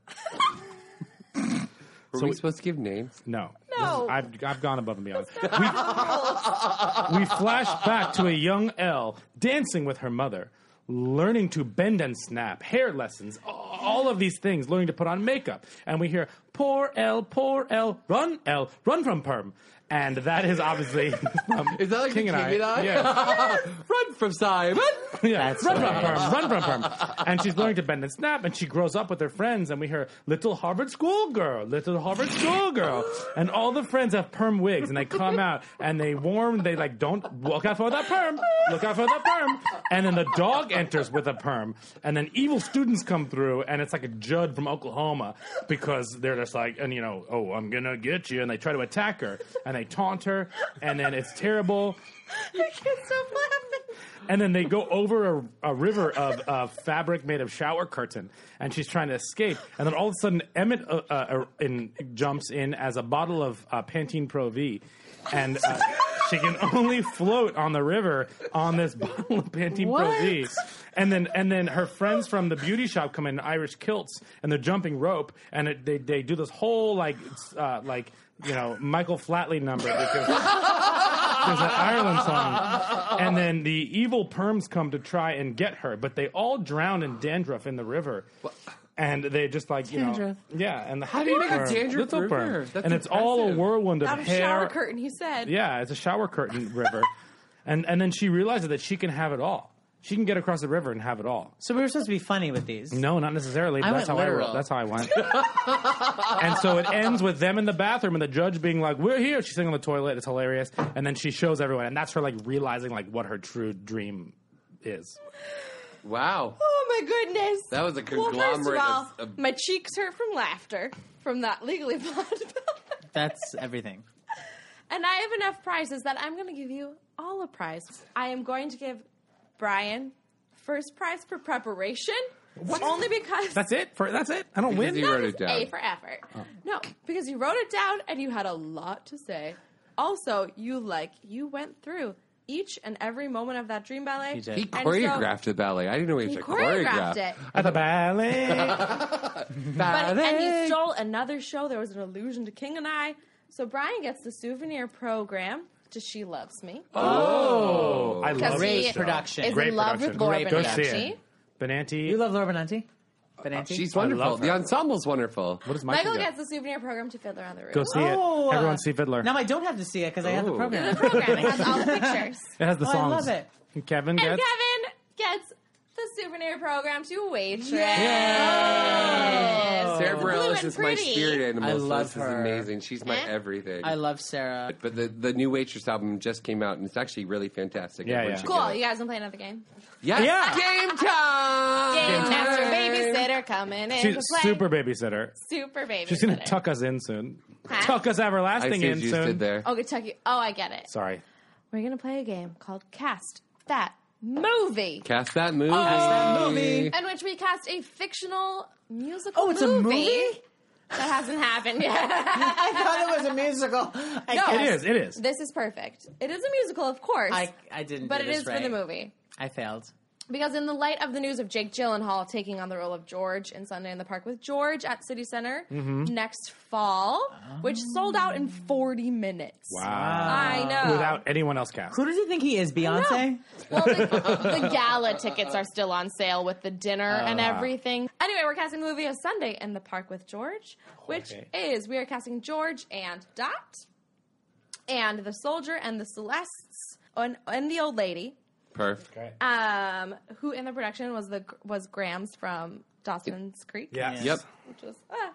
Speaker 3: Were we supposed to give names?
Speaker 2: No.
Speaker 4: No.
Speaker 2: This is- I've, I've gone above and beyond. We, we flash back to a young Elle dancing with her mother. learning to bend and snap, hair lessons, a- all of these things, learning to put on makeup. And we hear, poor L, poor L, run L, run from Perm. And that is obviously from
Speaker 3: Is that like
Speaker 2: King
Speaker 3: the
Speaker 2: and I.
Speaker 3: King and I?
Speaker 2: Yeah.
Speaker 3: Run from Simon.
Speaker 2: Yeah.
Speaker 5: That's
Speaker 2: run
Speaker 5: right.
Speaker 2: from perm, run from perm. And she's learning to bend and snap, and she grows up with her friends, and we hear little Harvard schoolgirl, little Harvard schoolgirl, and all the friends have perm wigs, and they come out and they warm, they like don't look out for that perm, look out for that perm, and then the dog enters with a perm, and then evil students come through, and it's like a Judd from Oklahoma because they're just like, and you know, oh, I'm gonna get you, and they try to attack her, and they taunt her, and then it's terrible.
Speaker 4: I can't stop laughing.
Speaker 2: And then they go over a, a river of uh, fabric made of shower curtain, and she's trying to escape. And then all of a sudden, Emmett uh, uh, uh, in, jumps in as a bottle of uh, Pantene Pro V, and uh, she can only float on the river on this bottle of Pantene Pro V. And then, and then her friends from the beauty shop come in Irish kilts, and they're jumping rope, and it, they they do this whole like s- uh, like you know Michael Flatley number because there's an Ireland song. And then the evil perms come to try and get her, but they all drown in dandruff in the river. And they just like you know,
Speaker 3: Dandruff.
Speaker 2: yeah. And the
Speaker 3: How do you make a dandruff
Speaker 2: little
Speaker 3: river?
Speaker 2: perm,
Speaker 3: That's
Speaker 2: and it's all a
Speaker 3: impressive.
Speaker 2: whirlwind of
Speaker 4: Out of
Speaker 2: hair.
Speaker 4: shower curtain, he said.
Speaker 2: Yeah, it's a shower curtain river. And and then she realizes that she can have it all. She can get across the river and have it all.
Speaker 5: So we were supposed to be funny with these.
Speaker 2: No, not necessarily. But
Speaker 5: I
Speaker 2: that's how
Speaker 5: went
Speaker 2: I
Speaker 5: literal.
Speaker 2: wrote. That's how I went. and so it ends with them in the bathroom and the judge being like, "We're here." She's sitting on the toilet. It's hilarious. And then she shows everyone, and that's her like realizing like what her true dream is.
Speaker 3: Wow.
Speaker 4: Oh my goodness.
Speaker 3: That was a
Speaker 4: Well, first of
Speaker 3: conglomerate
Speaker 4: all,
Speaker 3: of- of-
Speaker 4: my cheeks hurt from laughter from that legally blonde film.
Speaker 5: That's everything.
Speaker 4: And I have enough prizes that I'm going to give you all a prize. I am going to give Brian first prize for preparation. Only because
Speaker 2: That's it. For that's it. I don't
Speaker 3: Because
Speaker 2: win.
Speaker 3: he wrote
Speaker 4: That
Speaker 3: it
Speaker 4: was
Speaker 3: down.
Speaker 4: A for effort. No, because you wrote it down and you had a lot to say. Also, you like you went through each and every moment of that dream ballet.
Speaker 5: He did.
Speaker 3: He
Speaker 4: And so-
Speaker 3: choreographed the ballet. I didn't know he,
Speaker 4: He
Speaker 3: was a
Speaker 4: choreographed
Speaker 3: choreograph.
Speaker 4: it.
Speaker 2: At the ballet.
Speaker 4: But,
Speaker 3: Uh,
Speaker 4: and he stole another show. There was an allusion to King and I. So Brian gets the souvenir program to She Loves Me.
Speaker 2: oh, I love
Speaker 4: Great
Speaker 2: this show.
Speaker 5: production.
Speaker 4: Is
Speaker 2: Great
Speaker 4: in love with
Speaker 2: production.
Speaker 4: Laura
Speaker 2: Go see
Speaker 4: Benanti.
Speaker 2: it. Benanti.
Speaker 5: You love Laura Benanti? Benanti?
Speaker 3: She's
Speaker 2: I love
Speaker 3: wonderful. The
Speaker 2: her.
Speaker 3: ensemble's wonderful.
Speaker 2: what is Michael?
Speaker 4: Michael
Speaker 2: do?
Speaker 4: gets the souvenir program to Fiddler on the Roof.
Speaker 2: Go see
Speaker 5: Oh,
Speaker 2: it.
Speaker 5: uh,
Speaker 2: Everyone see Fiddler.
Speaker 5: Now I don't have to see it because I have the
Speaker 2: Oh.
Speaker 3: Ooh.
Speaker 5: program.
Speaker 4: program has all the pictures.
Speaker 2: it has the
Speaker 5: Oh, I
Speaker 2: songs.
Speaker 5: love it.
Speaker 2: And Kevin
Speaker 4: And
Speaker 2: gets.
Speaker 4: Kevin gets the souvenir program to Waitress.
Speaker 3: Sarah Bareilles
Speaker 4: and
Speaker 3: is my
Speaker 4: pretty.
Speaker 3: spirit animal.
Speaker 5: I
Speaker 3: so
Speaker 5: love
Speaker 3: this
Speaker 5: her.
Speaker 3: is amazing. She's my
Speaker 4: Eh?
Speaker 3: everything.
Speaker 5: I love Sarah.
Speaker 3: but the, the new Waitress album just came out, and it's actually really fantastic.
Speaker 2: Yeah,
Speaker 3: Everyone
Speaker 2: yeah.
Speaker 3: should
Speaker 4: Cool.
Speaker 3: get it.
Speaker 4: You guys want to play another game?
Speaker 3: Yes.
Speaker 2: Yeah.
Speaker 3: Game time.
Speaker 4: Game master babysitter coming in.
Speaker 2: She's
Speaker 4: to play.
Speaker 2: super babysitter.
Speaker 4: super babysitter.
Speaker 2: She's gonna tuck us in soon.
Speaker 4: Huh?
Speaker 2: Tuck us
Speaker 3: I
Speaker 2: everlasting
Speaker 3: see
Speaker 2: in
Speaker 3: what you
Speaker 2: soon.
Speaker 3: did there.
Speaker 4: Oh, Kentucky. Oh, I get it.
Speaker 2: Sorry.
Speaker 4: We're gonna play a game called Cast That Movie,
Speaker 3: Cast that
Speaker 4: Oh.
Speaker 3: movie.
Speaker 5: movie.
Speaker 4: in which we cast a fictional musical.
Speaker 5: Oh, it's a movie?
Speaker 4: That hasn't happened yet.
Speaker 5: I thought it was a musical. I
Speaker 4: No.
Speaker 2: It
Speaker 5: guess.
Speaker 2: is. It is.
Speaker 4: this is perfect. It is a musical, of course,
Speaker 5: I, I didn't.
Speaker 4: but
Speaker 5: do
Speaker 4: it
Speaker 5: this
Speaker 4: is
Speaker 5: right.
Speaker 4: for the movie.
Speaker 5: I failed.
Speaker 4: Because in the light of the news of Jake Gyllenhaal taking on the role of George in Sunday in the Park with George at City Center
Speaker 2: Mm-hmm.
Speaker 4: next fall, which sold out in 40 minutes.
Speaker 2: wow.
Speaker 4: I know.
Speaker 2: Without anyone else cast.
Speaker 5: Who does he think he is? Beyonce?
Speaker 4: well, the, the gala tickets are still on sale with the dinner and
Speaker 5: Ah.
Speaker 4: everything. Anyway, we're casting the movie of Sunday in the Park with George, which
Speaker 2: Jorge.
Speaker 4: is we are casting George and Dot, and the soldier and the Celestes, and, and the old lady.
Speaker 3: Perf.
Speaker 4: um, who in the production was the was Grams from Dawson's Creek.
Speaker 2: Yes.
Speaker 3: Yep.
Speaker 4: Which was, ah.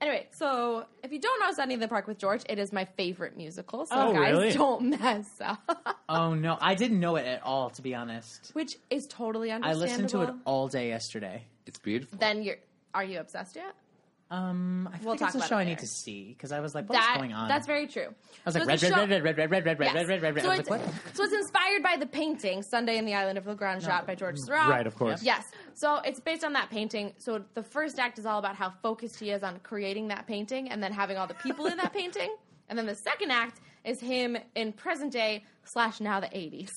Speaker 4: Anyway, so if you don't know Sunday in the Park with George, it is my favorite musical. So
Speaker 2: Oh,
Speaker 4: guys,
Speaker 2: really?
Speaker 4: don't mess up.
Speaker 5: Oh no, I didn't know it at all. To be honest,
Speaker 4: Which is totally
Speaker 5: I
Speaker 4: understandable.
Speaker 5: listened to it all day yesterday.
Speaker 3: It's beautiful.
Speaker 4: Then you're are you obsessed yet?
Speaker 5: Um, I feel
Speaker 4: We'll
Speaker 5: like it's
Speaker 4: talk
Speaker 5: a
Speaker 4: about
Speaker 5: show
Speaker 4: it
Speaker 5: I need
Speaker 4: later.
Speaker 5: to see because I was like, what's
Speaker 4: That,
Speaker 5: going on?
Speaker 4: That's very true.
Speaker 5: I was like, red,
Speaker 4: it's a
Speaker 5: red,
Speaker 4: show-
Speaker 5: red, red, red, red, red, red, red,
Speaker 4: Yes.
Speaker 5: red, red, red, red.
Speaker 4: So,
Speaker 5: I was
Speaker 4: it's,
Speaker 5: like, what?
Speaker 4: so it's inspired by the painting Sunday in the Island of La Grande Jatte by George Seurat.
Speaker 2: Right, of course.
Speaker 4: Yes. So it's based on that painting. So the first act is all about how focused he is on creating that painting and then having all the people in that painting. And then the second act is him in present day slash now the 80s.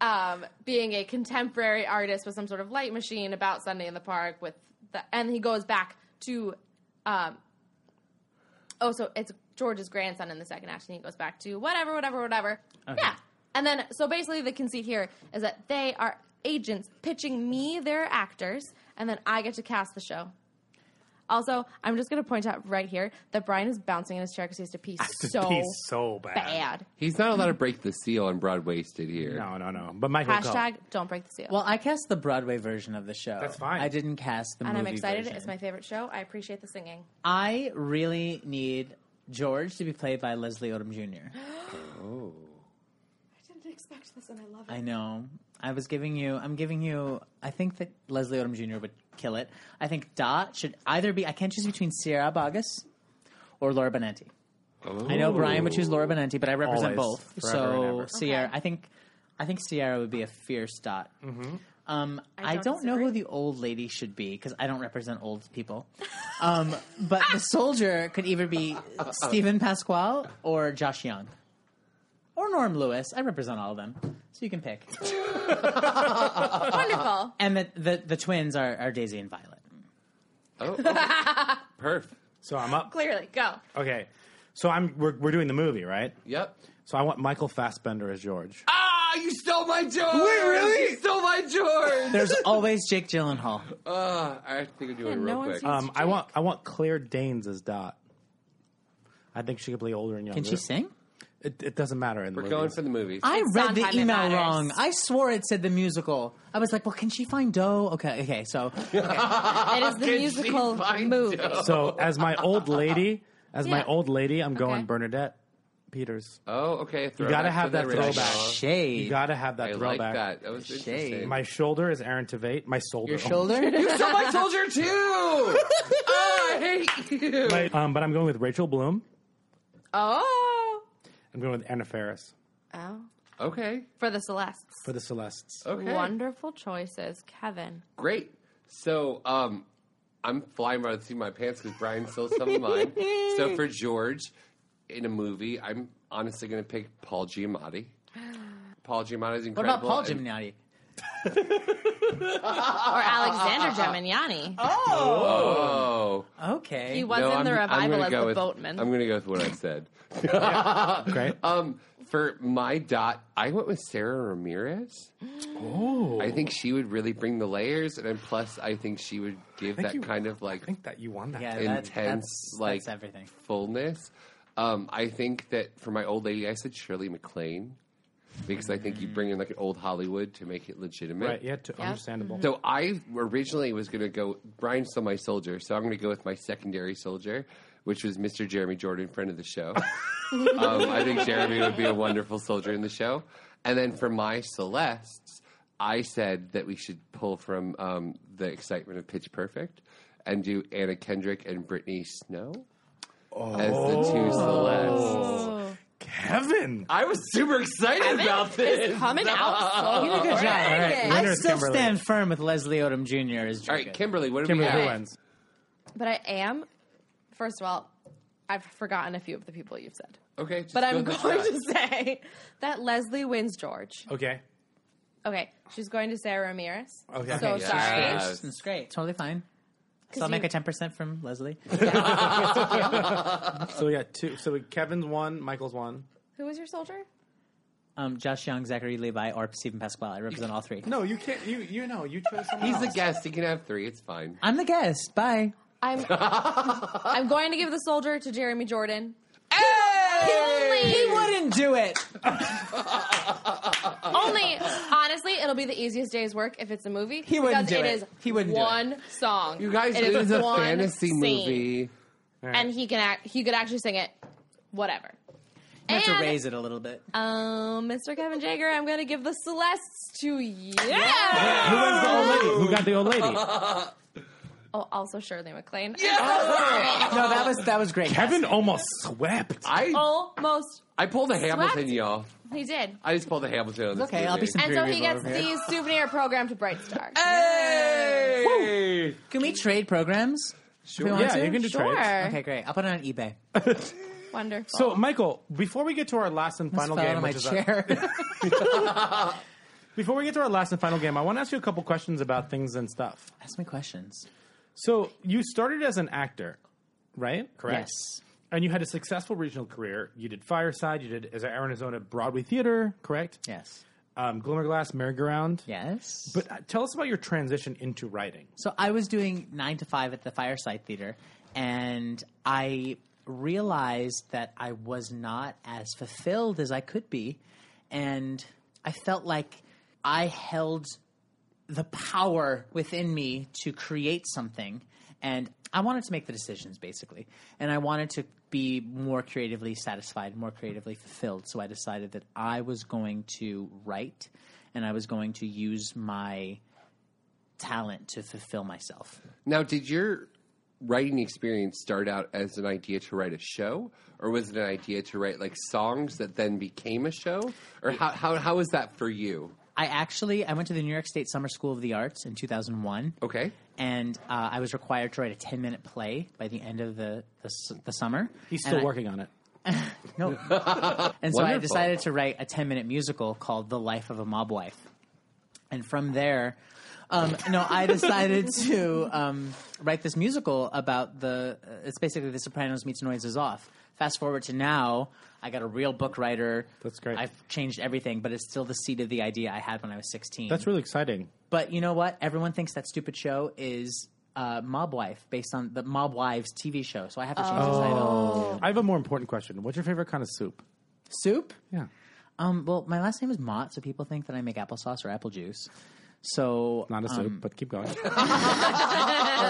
Speaker 4: Um, being a contemporary artist with some sort of light machine about Sunday in the Park with the, and he goes back to, um, oh, so it's George's grandson in the second act, and he goes back to whatever, whatever, whatever. Yeah. And then, so basically, the conceit here is that they are agents pitching me their actors, and then I get to cast the show. Also, I'm just going to point out right here that Brian is bouncing in his chair because he has to pee
Speaker 2: to
Speaker 4: so
Speaker 2: pee so bad.
Speaker 4: bad.
Speaker 3: He's not allowed to break the seal on broad waisted here.
Speaker 2: No, no, no. But Michael, go.
Speaker 4: Hashtag don't break the seal.
Speaker 5: Well, I cast the Broadway version of the show.
Speaker 2: That's fine.
Speaker 5: I didn't cast the
Speaker 4: and I'm
Speaker 5: movie
Speaker 4: excited.
Speaker 5: version.
Speaker 4: It's my favorite show. I appreciate the singing.
Speaker 5: I really need George to be played by Leslie Odom Jr.
Speaker 4: I didn't expect this, and I love it.
Speaker 5: I know. I was giving you. I'm giving you. I think that Leslie Odom Jr. would kill it. I think Dot should either be. I can't choose between Sierra Bagas or Laura Benanti. I know Brian would choose Laura Benanti, but I represent
Speaker 2: Always.
Speaker 5: both.
Speaker 2: Forever and
Speaker 5: so
Speaker 2: ever.
Speaker 5: Sierra,
Speaker 4: Okay.
Speaker 5: I think, I think Sierra would be a fierce Dot. Um, I,
Speaker 4: don't
Speaker 5: don't know who
Speaker 4: disagree.
Speaker 5: the old lady should be because I don't represent old people. Um, but the soldier could either be Stephen Pasquale or Josh Young or Norm Lewis. I represent all of them, so you can pick.
Speaker 2: Uh-huh.
Speaker 4: Wonderful.
Speaker 5: And the the, the twins are, are Daisy and Violet.
Speaker 3: Oh, oh. Perf.
Speaker 2: So I'm up.
Speaker 4: Clearly, go.
Speaker 2: Okay. So I'm we're, we're doing the movie, right?
Speaker 3: Yep.
Speaker 2: So I want Michael Fassbender as George.
Speaker 4: Oh,
Speaker 3: Ah, you stole my George. Wait,
Speaker 2: really?
Speaker 3: You stole my George.
Speaker 5: There's always Jake Gyllenhaal.
Speaker 3: Ah, I think I'm doing it
Speaker 4: Yeah,
Speaker 3: real
Speaker 4: no one's
Speaker 3: quick.
Speaker 4: used-
Speaker 2: Um, I want I want Claire Danes as Dot. I think she could play older and younger.
Speaker 5: Can she sing?
Speaker 2: It, it doesn't matter in the
Speaker 3: We're
Speaker 2: movie.
Speaker 3: going for the movies.
Speaker 5: I
Speaker 4: It's
Speaker 5: read
Speaker 4: Sondheim
Speaker 5: the
Speaker 4: that
Speaker 5: email
Speaker 4: matters.
Speaker 5: wrong. I swore it said the musical. I was like, well, can she find Doe? Okay, okay. So
Speaker 4: It is the musical movie.
Speaker 2: so as my old lady, as my
Speaker 4: Yeah.
Speaker 2: old lady, I'm going
Speaker 4: Okay.
Speaker 2: Bernadette Peters.
Speaker 3: oh, okay.
Speaker 2: You gotta have that throwback.
Speaker 5: shade.
Speaker 2: You gotta have that
Speaker 3: I like
Speaker 2: throwback.
Speaker 3: that. That was
Speaker 5: Shade.
Speaker 3: interesting.
Speaker 2: My shoulder is Aaron Tveit. My shoulder.
Speaker 3: Your
Speaker 2: Oh my
Speaker 5: shoulder.
Speaker 3: you stole my soldier too. oh, I hate you.
Speaker 2: But, um, but I'm going with Rachel Bloom.
Speaker 4: Oh.
Speaker 2: I'm going with Anna Faris
Speaker 4: Oh.
Speaker 3: Okay.
Speaker 4: For the Celestes.
Speaker 2: for the Celestes.
Speaker 3: Okay.
Speaker 4: Wonderful choices, Kevin.
Speaker 3: Great. So, um, I'm flying by the seat of my pants because Brian stole some of mine. so for George, in a movie, I'm honestly going to pick Paul Giamatti. Paul Giamatti is
Speaker 5: What about
Speaker 3: incredible.
Speaker 5: Paul
Speaker 3: and-
Speaker 5: Giamatti?
Speaker 4: Or Alexander Geminiani.
Speaker 3: Oh,
Speaker 5: Okay.
Speaker 4: He was
Speaker 3: no,
Speaker 4: in
Speaker 3: I'm,
Speaker 4: the
Speaker 3: I'm
Speaker 4: revival
Speaker 3: gonna
Speaker 4: as
Speaker 3: go
Speaker 4: the
Speaker 3: with,
Speaker 4: boatman.
Speaker 3: I'm going to go with what I said.
Speaker 2: Great.
Speaker 3: Um, for my dot, I went with Sarah Ramirez. Oh, I think she would really bring the layers, and then plus, I think she would give
Speaker 2: think
Speaker 3: that
Speaker 2: you-
Speaker 3: kind of like
Speaker 2: I think that you won that.
Speaker 5: yeah, that-
Speaker 3: intense,
Speaker 5: that's,
Speaker 3: like
Speaker 5: that's everything.
Speaker 3: fullness. Um, I think that for my old lady, I said Shirley MacLaine because I think you bring in like an old Hollywood to make it legitimate.
Speaker 2: Right. Yeah. To, Understandable.
Speaker 5: Mm-hmm.
Speaker 3: So I originally was going to go Brian stole my soldier, so I'm going to go with my secondary soldier, which was Mr. Jeremy Jordan, friend of the show. um, I think Jeremy would be a wonderful soldier in the show. And then for my Celestes, I said that we should pull from um, the excitement of Pitch Perfect and do Anna Kendrick and Brittany Snow as the
Speaker 2: Oh.
Speaker 3: two Celestes.
Speaker 2: Kevin.
Speaker 3: I was super excited about this.
Speaker 4: Coming out.
Speaker 5: You did a good job.
Speaker 2: All right.
Speaker 5: I
Speaker 2: Winner's
Speaker 5: still
Speaker 2: Kimberly.
Speaker 5: stand firm with Leslie Odom Jr. as
Speaker 3: All
Speaker 5: Jacob.
Speaker 3: right, Kimberly, what do we
Speaker 2: Kimberly who
Speaker 3: have?
Speaker 2: wins?
Speaker 4: But I am, first of all, I've forgotten a few of the people you've said.
Speaker 3: Okay, just
Speaker 4: But I'm
Speaker 3: Oh, go with
Speaker 4: going
Speaker 3: that.
Speaker 4: to say that Leslie wins George.
Speaker 2: Okay.
Speaker 4: Okay, she's going to Sarah Ramirez.
Speaker 2: Okay.
Speaker 4: So
Speaker 3: Yeah.
Speaker 4: sorry.
Speaker 3: Yes.
Speaker 5: It's great. Totally fine. So I'll
Speaker 4: you-
Speaker 5: make a ten percent from Leslie.
Speaker 2: So yeah, two. So Kevin's one. Michael's one.
Speaker 4: Who was your soldier?
Speaker 5: Um, Josh Young, Zachary Levi, or Stephen Pasquale. I represent all three.
Speaker 2: No, you can't. You you know you chose someone
Speaker 4: Oh.
Speaker 3: He's the guest. He can have three. It's fine.
Speaker 5: I'm the guest. Bye.
Speaker 4: I'm I'm going to give the soldier to Jeremy Jordan.
Speaker 5: He wouldn't do it.
Speaker 4: Only honestly, it'll be the easiest day's work if it's a movie.
Speaker 5: He wouldn't
Speaker 4: because
Speaker 5: do it.
Speaker 4: is
Speaker 5: He wouldn't do it.
Speaker 4: one song.
Speaker 3: You guys,
Speaker 4: it
Speaker 3: it is a
Speaker 4: one
Speaker 3: fantasy
Speaker 4: scene.
Speaker 3: movie.
Speaker 4: and he can act. He could actually sing it. Whatever.
Speaker 5: You have to
Speaker 4: And-
Speaker 5: raise it a little bit.
Speaker 4: Um, Mr. Kevin Jager, I'm going to give the Celestes to you.
Speaker 2: Who wins the old lady? Who got the old lady?
Speaker 4: Oh, also Shirley MacLaine.
Speaker 5: no, that was that was great.
Speaker 2: Kevin almost swept.
Speaker 4: Oh.
Speaker 3: I
Speaker 4: Almost
Speaker 3: I pulled a Hamilton,
Speaker 4: Swept.
Speaker 3: y'all.
Speaker 4: he did.
Speaker 3: I just pulled a Hamilton on this
Speaker 5: okay, I'll be
Speaker 3: movie.
Speaker 5: some-
Speaker 4: And so he
Speaker 5: Superior
Speaker 4: gets
Speaker 5: over here.
Speaker 4: the souvenir program to Bright Star.
Speaker 3: Hey!
Speaker 5: Can we trade programs? If we want
Speaker 2: Yeah,
Speaker 5: to?
Speaker 2: you can do
Speaker 4: Sure.
Speaker 2: trades.
Speaker 5: Okay, great. I'll put it on eBay.
Speaker 4: Wonderful.
Speaker 2: So Michael, before we get to our last and final
Speaker 5: Fell out
Speaker 2: game,
Speaker 5: of my
Speaker 2: which is our-
Speaker 5: chair.
Speaker 2: before we get to our last and final game, I want to ask you a couple questions about things and stuff.
Speaker 5: Ask me questions.
Speaker 2: So you started as an actor, right? Correct.
Speaker 5: Yes.
Speaker 2: And you had a successful regional career. You did Fireside. You did as an Arizona Broadway theater, correct?
Speaker 5: Yes.
Speaker 2: um, Glimmerglass Merry-Go-Round.
Speaker 5: Yes.
Speaker 2: But uh, tell us about your transition into writing.
Speaker 5: So I was doing nine to five at the Fireside Theater, and I realized that I was not as fulfilled as I could be. And I felt like I held the power within me to create something. And I wanted to make the decisions basically. And I wanted to be more creatively satisfied, more creatively fulfilled. So I decided that I was going to write and I was going to use my talent to fulfill myself.
Speaker 3: Now, did your writing experience start out as an idea to write a show, or was it an idea to write like songs that then became a show, or how how how was that for you?
Speaker 5: I actually I went to the New York State Summer School of the Arts in 2001.
Speaker 3: Okay,
Speaker 5: And uh, I was required to write a 10 minute play by the end of the, the, s- the summer.
Speaker 2: He's
Speaker 5: And
Speaker 2: still
Speaker 5: I-
Speaker 2: working on it.
Speaker 5: No. and so I
Speaker 3: Wonderful.
Speaker 5: decided to write a 10 minute musical called The Life of a Mob Wife. And from there, um, no, I decided to um, write this musical about the. Uh, it's basically The Sopranos meets Noise is Off. Fast forward to now, I got a real book writer.
Speaker 2: That's great.
Speaker 5: I've changed everything, but it's still the seed of the idea I had when I was 16.
Speaker 2: That's really exciting.
Speaker 5: But you know what? Everyone thinks that stupid show is uh, Mob Wife based on the Mob Wives TV show. So I have to change
Speaker 2: Oh.
Speaker 5: the title.
Speaker 2: I have a more important question. What's your favorite kind of soup?
Speaker 5: Soup?
Speaker 2: Yeah,
Speaker 5: Um, well, my last name is Mott, so people think that I make applesauce or apple juice. So
Speaker 2: not a soup, but keep going.
Speaker 5: well,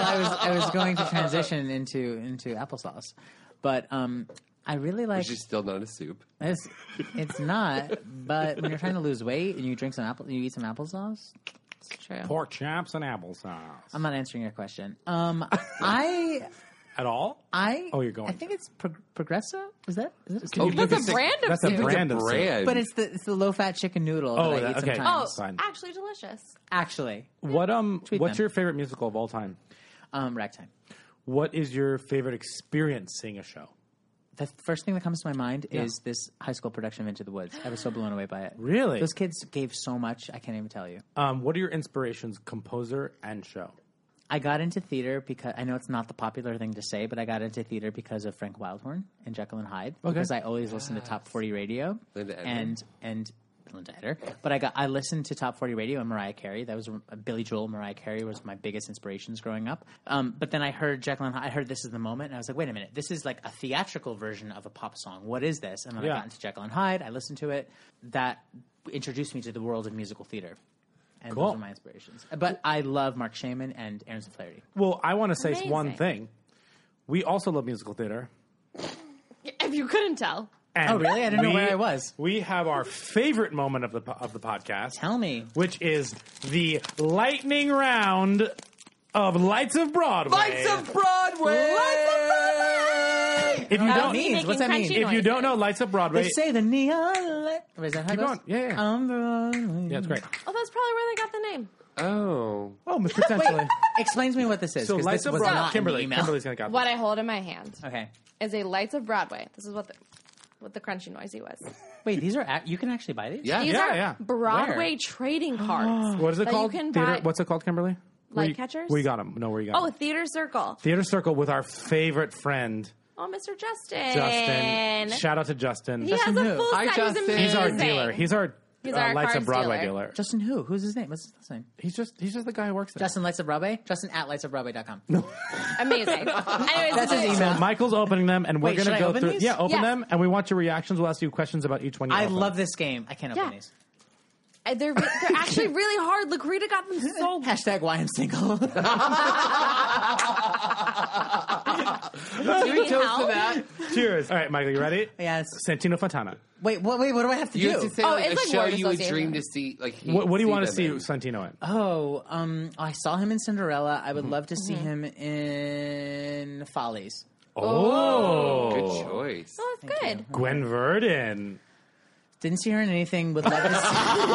Speaker 5: I was I was going to transition into into applesauce, but um, I really like
Speaker 3: which is still not a soup.
Speaker 5: it's, it's not. But when you're trying to lose weight and you drink some apple, you eat some applesauce.
Speaker 4: It's true.
Speaker 2: Pork chops and applesauce.
Speaker 5: I'm not answering your question. Um, I
Speaker 2: At all?
Speaker 5: I
Speaker 2: Oh, you're going.
Speaker 5: I think it's pro- Progresso. Is that is it?
Speaker 3: Oh,
Speaker 4: That's
Speaker 3: look
Speaker 4: a
Speaker 3: at six-
Speaker 4: brand of
Speaker 2: That's a
Speaker 4: soup.
Speaker 2: brand of soup.
Speaker 3: brand.
Speaker 5: But it's the it's the low fat chicken noodle
Speaker 2: Oh,
Speaker 5: that I
Speaker 2: that-
Speaker 5: eat
Speaker 2: okay.
Speaker 4: Oh,
Speaker 5: sometimes.
Speaker 2: Fine.
Speaker 4: actually delicious.
Speaker 5: Actually,
Speaker 2: What um? what's
Speaker 5: them.
Speaker 2: your favorite musical of all time?
Speaker 5: um, ragtime.
Speaker 2: What is your favorite experience seeing a show?
Speaker 5: the first thing that comes to my mind is this high school production of Into the Woods. I was so blown away by it.
Speaker 2: Really?
Speaker 5: Those kids gave so much, I can't even tell you.
Speaker 2: Um, what are your inspirations, composer and show?
Speaker 5: I got into theater because I know it's not the popular thing to say, but I got into theater because of Frank Wildhorn and Jekyll and Hyde because I always listened to Top 40 radio
Speaker 3: Linda Eder.
Speaker 5: and and Linda Eder. But I got I listened to Top 40 radio and Mariah Carey. That was uh, Billy Joel, Mariah Carey was my biggest inspirations growing up. Um, but then I heard Jekyll and Hyde, I heard This Is the Moment and I was like, wait a minute, this is like a theatrical version of a pop song. What is this? And then
Speaker 2: Yeah.
Speaker 5: I got into Jekyll and Hyde. I listened to it. That introduced me to the world of musical theater. And
Speaker 2: Cool.
Speaker 5: those are my inspirations. But I love Mark Shaman and Aaron Flaherty.
Speaker 2: Well, I want to say
Speaker 4: Amazing.
Speaker 2: one thing. We also love musical theater.
Speaker 4: If you couldn't tell,
Speaker 2: And
Speaker 5: Oh, really? I didn't know
Speaker 2: we-
Speaker 5: where I was.
Speaker 2: We have our favorite moment of the po- of the podcast.
Speaker 5: Tell me.
Speaker 2: which is the lightning round of Lights of Broadway.
Speaker 3: Lights of Broadway.
Speaker 2: If you
Speaker 5: That
Speaker 2: don't,
Speaker 5: means-
Speaker 4: making
Speaker 5: what's that mean?
Speaker 4: crunchy
Speaker 2: if you don't know Lights of Broadway,
Speaker 5: They say the neon light. Is that how
Speaker 2: Keep
Speaker 5: it goes?
Speaker 2: going. Yeah, yeah.
Speaker 5: Um, bro-
Speaker 2: yeah, it's great.
Speaker 4: oh, that's probably where they got the name.
Speaker 3: Oh,
Speaker 2: Oh, Miss potentially.
Speaker 5: Explain to me what this is.
Speaker 2: so
Speaker 5: 'cause
Speaker 2: Lights
Speaker 5: this
Speaker 2: of
Speaker 5: was
Speaker 2: Broadway.
Speaker 5: not in the
Speaker 2: Kimberly.
Speaker 5: email.
Speaker 2: Kimberly's gonna got
Speaker 4: What
Speaker 2: this.
Speaker 4: I hold in my hand
Speaker 5: Okay.
Speaker 4: is a Lights of Broadway. This is what the what the crunchy noisy was.
Speaker 5: Wait, these are ac- you can actually buy these.
Speaker 3: yeah,
Speaker 4: These
Speaker 2: Yeah,
Speaker 4: are
Speaker 2: yeah.
Speaker 4: Broadway trading cards.
Speaker 2: What is it
Speaker 4: that
Speaker 2: called?
Speaker 4: You can
Speaker 2: Theater,
Speaker 4: buy
Speaker 2: What's it called, Kimberly? Where you-
Speaker 4: Lightcatchers?
Speaker 2: Where you got them? No, where you got
Speaker 4: Oh,
Speaker 2: 'em.
Speaker 4: Theater Circle.
Speaker 2: Theater Circle with our favorite friend
Speaker 4: Oh, Mr. Justin.
Speaker 2: Justin. Shout out to Justin.
Speaker 4: he has
Speaker 5: Justin
Speaker 4: a
Speaker 5: who?
Speaker 4: full
Speaker 3: Hi,
Speaker 4: set. He's
Speaker 3: Justin.
Speaker 4: amazing.
Speaker 2: He's our dealer. He's our,
Speaker 4: He's
Speaker 2: uh,
Speaker 4: our
Speaker 2: Lights of
Speaker 4: cards
Speaker 2: Broadway
Speaker 4: dealer.
Speaker 2: dealer.
Speaker 5: Justin who? Who's his name? What's his last name?
Speaker 2: He's just he's just the guy who works there.
Speaker 5: Justin Lights of Broadway. Justin at lights of Broadway.com.
Speaker 4: amazing. Anyways,
Speaker 5: That's his
Speaker 4: this is-
Speaker 5: email.
Speaker 2: Michael's opening them, and we're
Speaker 5: Wait, should
Speaker 2: gonna
Speaker 5: I
Speaker 2: go
Speaker 5: open
Speaker 2: through.
Speaker 5: these?
Speaker 2: Yeah, open
Speaker 4: Yeah.
Speaker 2: them, and we want your reactions. We'll ask you questions about each one. You
Speaker 5: I
Speaker 2: open.
Speaker 5: love this game. I can't open
Speaker 4: Yeah.
Speaker 5: these.
Speaker 4: Uh, They're re- they're actually really hard. Lagrita got them so.
Speaker 5: Hashtag why I'm single.
Speaker 3: Can we toast to
Speaker 4: help?
Speaker 3: that?
Speaker 2: Cheers! All right, Michael, you ready?
Speaker 5: yes.
Speaker 2: Santino Fontana.
Speaker 5: Wait. What? Wait. What do I have to
Speaker 3: You
Speaker 5: do?
Speaker 3: have to say
Speaker 4: Oh,
Speaker 3: like,
Speaker 4: it's
Speaker 3: a
Speaker 4: like
Speaker 3: show
Speaker 4: word
Speaker 3: you would
Speaker 4: association.
Speaker 3: dream to see. Like, he-
Speaker 2: What, what do you want to
Speaker 3: them
Speaker 2: see
Speaker 3: in.
Speaker 2: Santino in?
Speaker 5: Oh, um, I saw him in Cinderella. I would love to see him in Follies.
Speaker 2: Oh,
Speaker 3: Good choice.
Speaker 4: Oh, that's good.
Speaker 2: Gwen Verdon.
Speaker 5: Didn't see her in anything. Would love to see,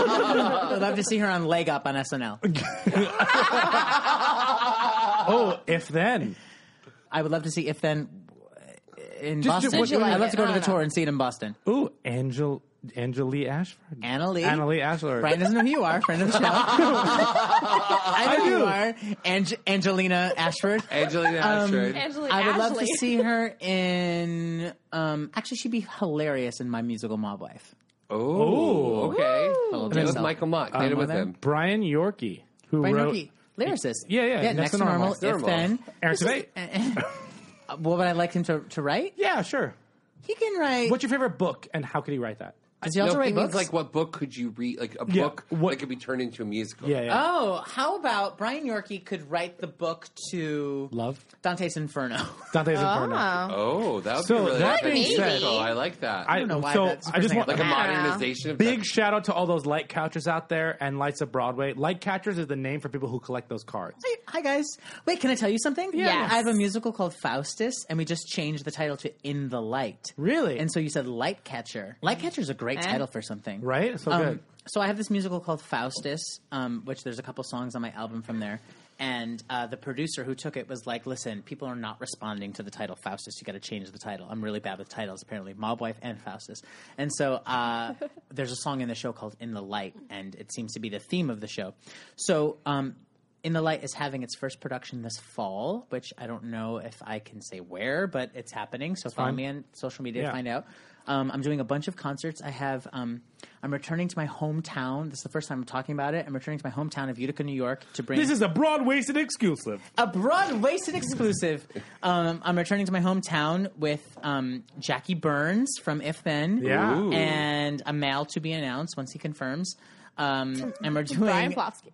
Speaker 5: would love to see her on Leg Up on SNL. Uh-huh.
Speaker 2: Oh, if then.
Speaker 5: I would love to see if then uh, in
Speaker 2: Just-
Speaker 5: Boston.
Speaker 2: what- Did you
Speaker 5: I'd
Speaker 4: like
Speaker 5: love
Speaker 4: it?
Speaker 5: to go to
Speaker 4: I
Speaker 5: the
Speaker 4: don't
Speaker 5: tour and see it in Boston.
Speaker 2: Ooh, Angel Angelie Ashford.
Speaker 5: Annalie.
Speaker 2: Annalie Ashford.
Speaker 5: Brian doesn't know who you are, friend of the show. I know who
Speaker 2: do.
Speaker 5: you are, Ange- Angelina Ashford.
Speaker 3: Angelina Ashford.
Speaker 4: Angela
Speaker 5: I would love to
Speaker 4: Ashley.
Speaker 5: see her in. Um, actually, she'd be hilarious in my musical Mob Wife.
Speaker 3: Oh, okay.
Speaker 5: Woo.
Speaker 3: That was Michael
Speaker 2: Um,
Speaker 3: Mott. They did with him.
Speaker 2: Brian Yorkie, who
Speaker 5: Brian
Speaker 2: wrote
Speaker 5: Yorkie, lyricist.
Speaker 2: Yeah, yeah,
Speaker 5: Next, to normal. If
Speaker 3: Normal.
Speaker 5: then,
Speaker 2: Aaron Tveit.
Speaker 5: Uh, what would I like him to, to write?
Speaker 2: Yeah, sure.
Speaker 5: He can write.
Speaker 2: What's your favorite book, and how could he write that?
Speaker 5: does he also
Speaker 3: No,
Speaker 5: write
Speaker 3: he means
Speaker 5: books?
Speaker 3: like what book could you read? Like a
Speaker 2: Yeah,
Speaker 3: book
Speaker 2: what-
Speaker 3: that could be turned into a musical.
Speaker 2: Yeah, yeah.
Speaker 5: oh, how about Brian Yorkie could write the book to
Speaker 2: Love
Speaker 5: Dante's Inferno?
Speaker 2: Dante's Inferno.
Speaker 4: Oh.
Speaker 3: Oh, that would
Speaker 2: So,
Speaker 3: be really
Speaker 2: that
Speaker 3: interesting.
Speaker 4: being said-
Speaker 3: Musical. I like that.
Speaker 2: I
Speaker 5: don't know why
Speaker 2: so
Speaker 5: that's the
Speaker 2: I
Speaker 5: first
Speaker 2: just
Speaker 5: thing I
Speaker 2: want
Speaker 3: like
Speaker 5: thought.
Speaker 3: a
Speaker 4: I don't know.
Speaker 3: modernization of
Speaker 2: Big
Speaker 3: that.
Speaker 2: shout out to all those light couchers out there and Lights of Broadway. Light couchers is the name for people who collect those cards.
Speaker 5: Hey, Hi guys. Wait, can I tell you something? Yeah.
Speaker 4: Yes.
Speaker 5: I have a musical called Faustus, and we just changed the title to In the Light.
Speaker 2: Really?
Speaker 5: And so you said Lightcatcher. Lightcatcher is a great title for something,
Speaker 2: Right? So
Speaker 5: Um,
Speaker 2: good.
Speaker 5: so I have this musical called Faustus, um, which there's a couple songs on my album from there. And uh, the producer who took it was like, "Listen, people are not responding to the title Faustus. You got to change the title. I'm really bad with titles, apparently. Mob Wife and Faustus." And so uh, there's a song in the show called "In the Light," and it seems to be the theme of the show. So um, in the Light is having its first production this fall, which I don't know if I can say where, but it's happening. So follow me on social media
Speaker 2: Yeah.
Speaker 5: to find out. Um, I'm doing a bunch of concerts. I have. Um, I'm returning to my hometown. This is the first time I'm talking about it. I'm returning to my hometown of Utica, New York, to bring
Speaker 2: This is a broad waisted exclusive.
Speaker 5: a broad waisted exclusive. Um, I'm returning to my hometown with um, Jackie Burns from If Then,
Speaker 2: Yeah. Ooh.
Speaker 5: and a male to be announced once he confirms. Um, and we're doing
Speaker 4: Brian Plofsky.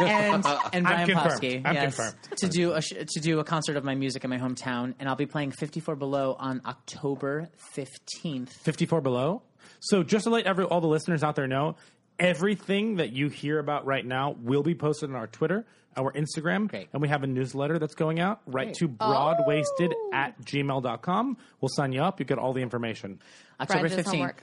Speaker 5: and and
Speaker 2: I'm
Speaker 5: Brian
Speaker 2: confirmed.
Speaker 5: Plofsky,
Speaker 2: I'm
Speaker 5: yes,
Speaker 2: confirmed.
Speaker 5: to do a sh- to do a concert of my music in my hometown, and I'll be playing 54 Below on October 15th.
Speaker 2: 54 below. So just to let every all the listeners out there know, everything that you hear about right now will be posted on our Twitter, our Instagram,
Speaker 5: Great. Oh.
Speaker 2: and we have a newsletter that's going out right to broadwasted at gmail.com. We'll sign you up. You get all the information.
Speaker 5: October
Speaker 4: does
Speaker 5: 15th.
Speaker 4: homework.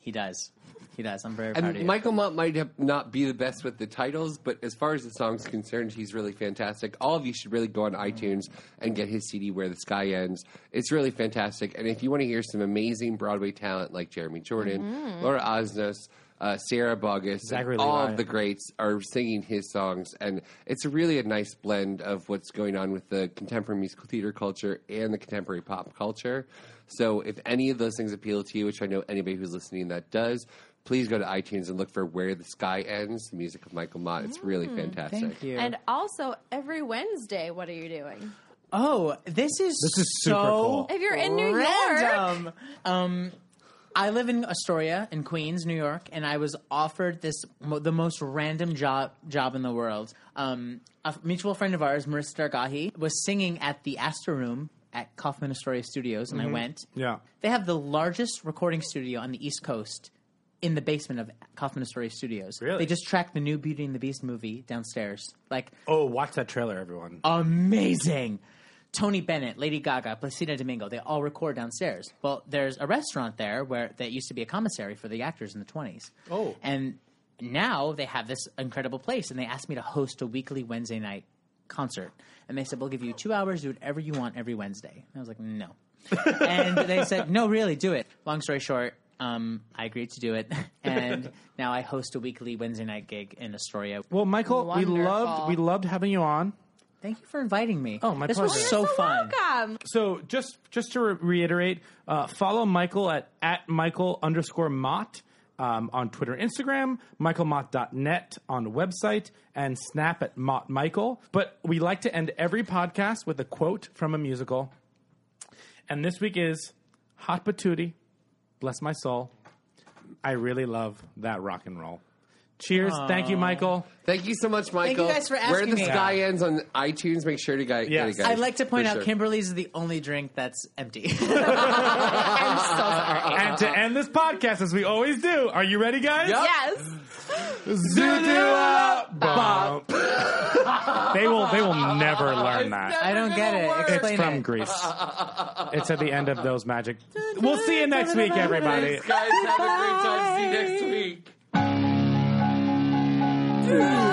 Speaker 5: He does. He does. I'm very proud of
Speaker 3: And
Speaker 5: you.
Speaker 3: Michael Mott might have not be the best with the titles, but as far as the song's concerned, he's really fantastic. All of you should really go on iTunes and get his CD, Where the Sky Ends. It's really fantastic. And if you want to hear some amazing Broadway talent like Jeremy Jordan,
Speaker 5: Mm-hmm.
Speaker 3: Laura Osnos, uh, Sarah Bogus,
Speaker 2: Zachary
Speaker 3: all
Speaker 2: Levi.
Speaker 3: of the greats are singing his songs. And it's really a nice blend of what's going on with the contemporary musical theater culture and the contemporary pop culture. So if any of those things appeal to you, which I know anybody who's listening that does, please go to iTunes and look for Where the Sky Ends, the music of Michael Mott. It's really fantastic.
Speaker 5: Mm, Thank you.
Speaker 4: and also every Wednesday, what are you doing?
Speaker 5: oh, this is
Speaker 2: This is
Speaker 5: so
Speaker 2: super cool.
Speaker 4: If you're in New York,
Speaker 5: random. Um, I live in Astoria in Queens, New York, and I was offered this mo- the most random job job in the world. Um, a f- mutual friend of ours, Marissa Dargahi, was singing at the Astor Room at Kaufman Astoria Studios,
Speaker 2: Mm-hmm.
Speaker 5: and I went.
Speaker 2: Yeah.
Speaker 5: They have the largest recording studio on the East Coast in the basement of Kaufman Astoria Studios.
Speaker 2: Really?
Speaker 5: They just tracked the new Beauty and the Beast movie downstairs. Like
Speaker 2: Oh, watch that trailer, everyone.
Speaker 5: Oh, amazing. Tony Bennett, Lady Gaga, Placida Domingo, they all record downstairs. Well, there's a restaurant there where that used to be a commissary for the actors in the 20s.
Speaker 2: Oh.
Speaker 5: And now they have this incredible place and they asked me to host a weekly Wednesday night concert. And they said, "We'll give you 2 hours, do whatever you want every Wednesday." And I was like, "No." and they said, "No, really, do it." Long story short, um, I agreed to do it, and now I host a weekly Wednesday night gig in Astoria.
Speaker 2: well, Michael, we loved
Speaker 4: Wonderful.
Speaker 2: we loved having you on.
Speaker 5: Thank you for inviting me.
Speaker 2: Oh, my
Speaker 5: this
Speaker 2: pleasure.
Speaker 5: was
Speaker 2: You're
Speaker 5: so,
Speaker 4: so
Speaker 5: fun.
Speaker 4: welcome.
Speaker 2: So just just to re- reiterate, uh, follow Michael at at Michael underscore Mott um, on Twitter, and Instagram, michaelmott.net on the website, and Snap at Mott Michael. But we like to end every podcast with a quote from a musical, and this week is "Hot Patootie, bless my soul, I really love that rock and roll." Cheers! Thank you, Michael.
Speaker 3: Thank you so much, Michael.
Speaker 5: guys for
Speaker 3: Where
Speaker 5: asking
Speaker 3: the
Speaker 5: me.
Speaker 3: Sky
Speaker 2: Yeah.
Speaker 3: Ends on iTunes. Make sure to guy- get
Speaker 2: Yes.
Speaker 3: it, guys.
Speaker 5: I'd like to point
Speaker 3: For
Speaker 5: out
Speaker 3: sure.
Speaker 5: Kimberly's is the only drink that's empty.
Speaker 2: and to end this podcast, as we always do, are you ready, guys?
Speaker 4: Yes.
Speaker 2: Zoodoo-up-bop. they will. They will never learn that.
Speaker 5: I don't get it. Explain
Speaker 2: It's from
Speaker 5: it.
Speaker 2: Greece. It's at the end of those magic. We'll see you next week, everybody.
Speaker 3: Guys, have a great time. See you next week.
Speaker 2: Oh.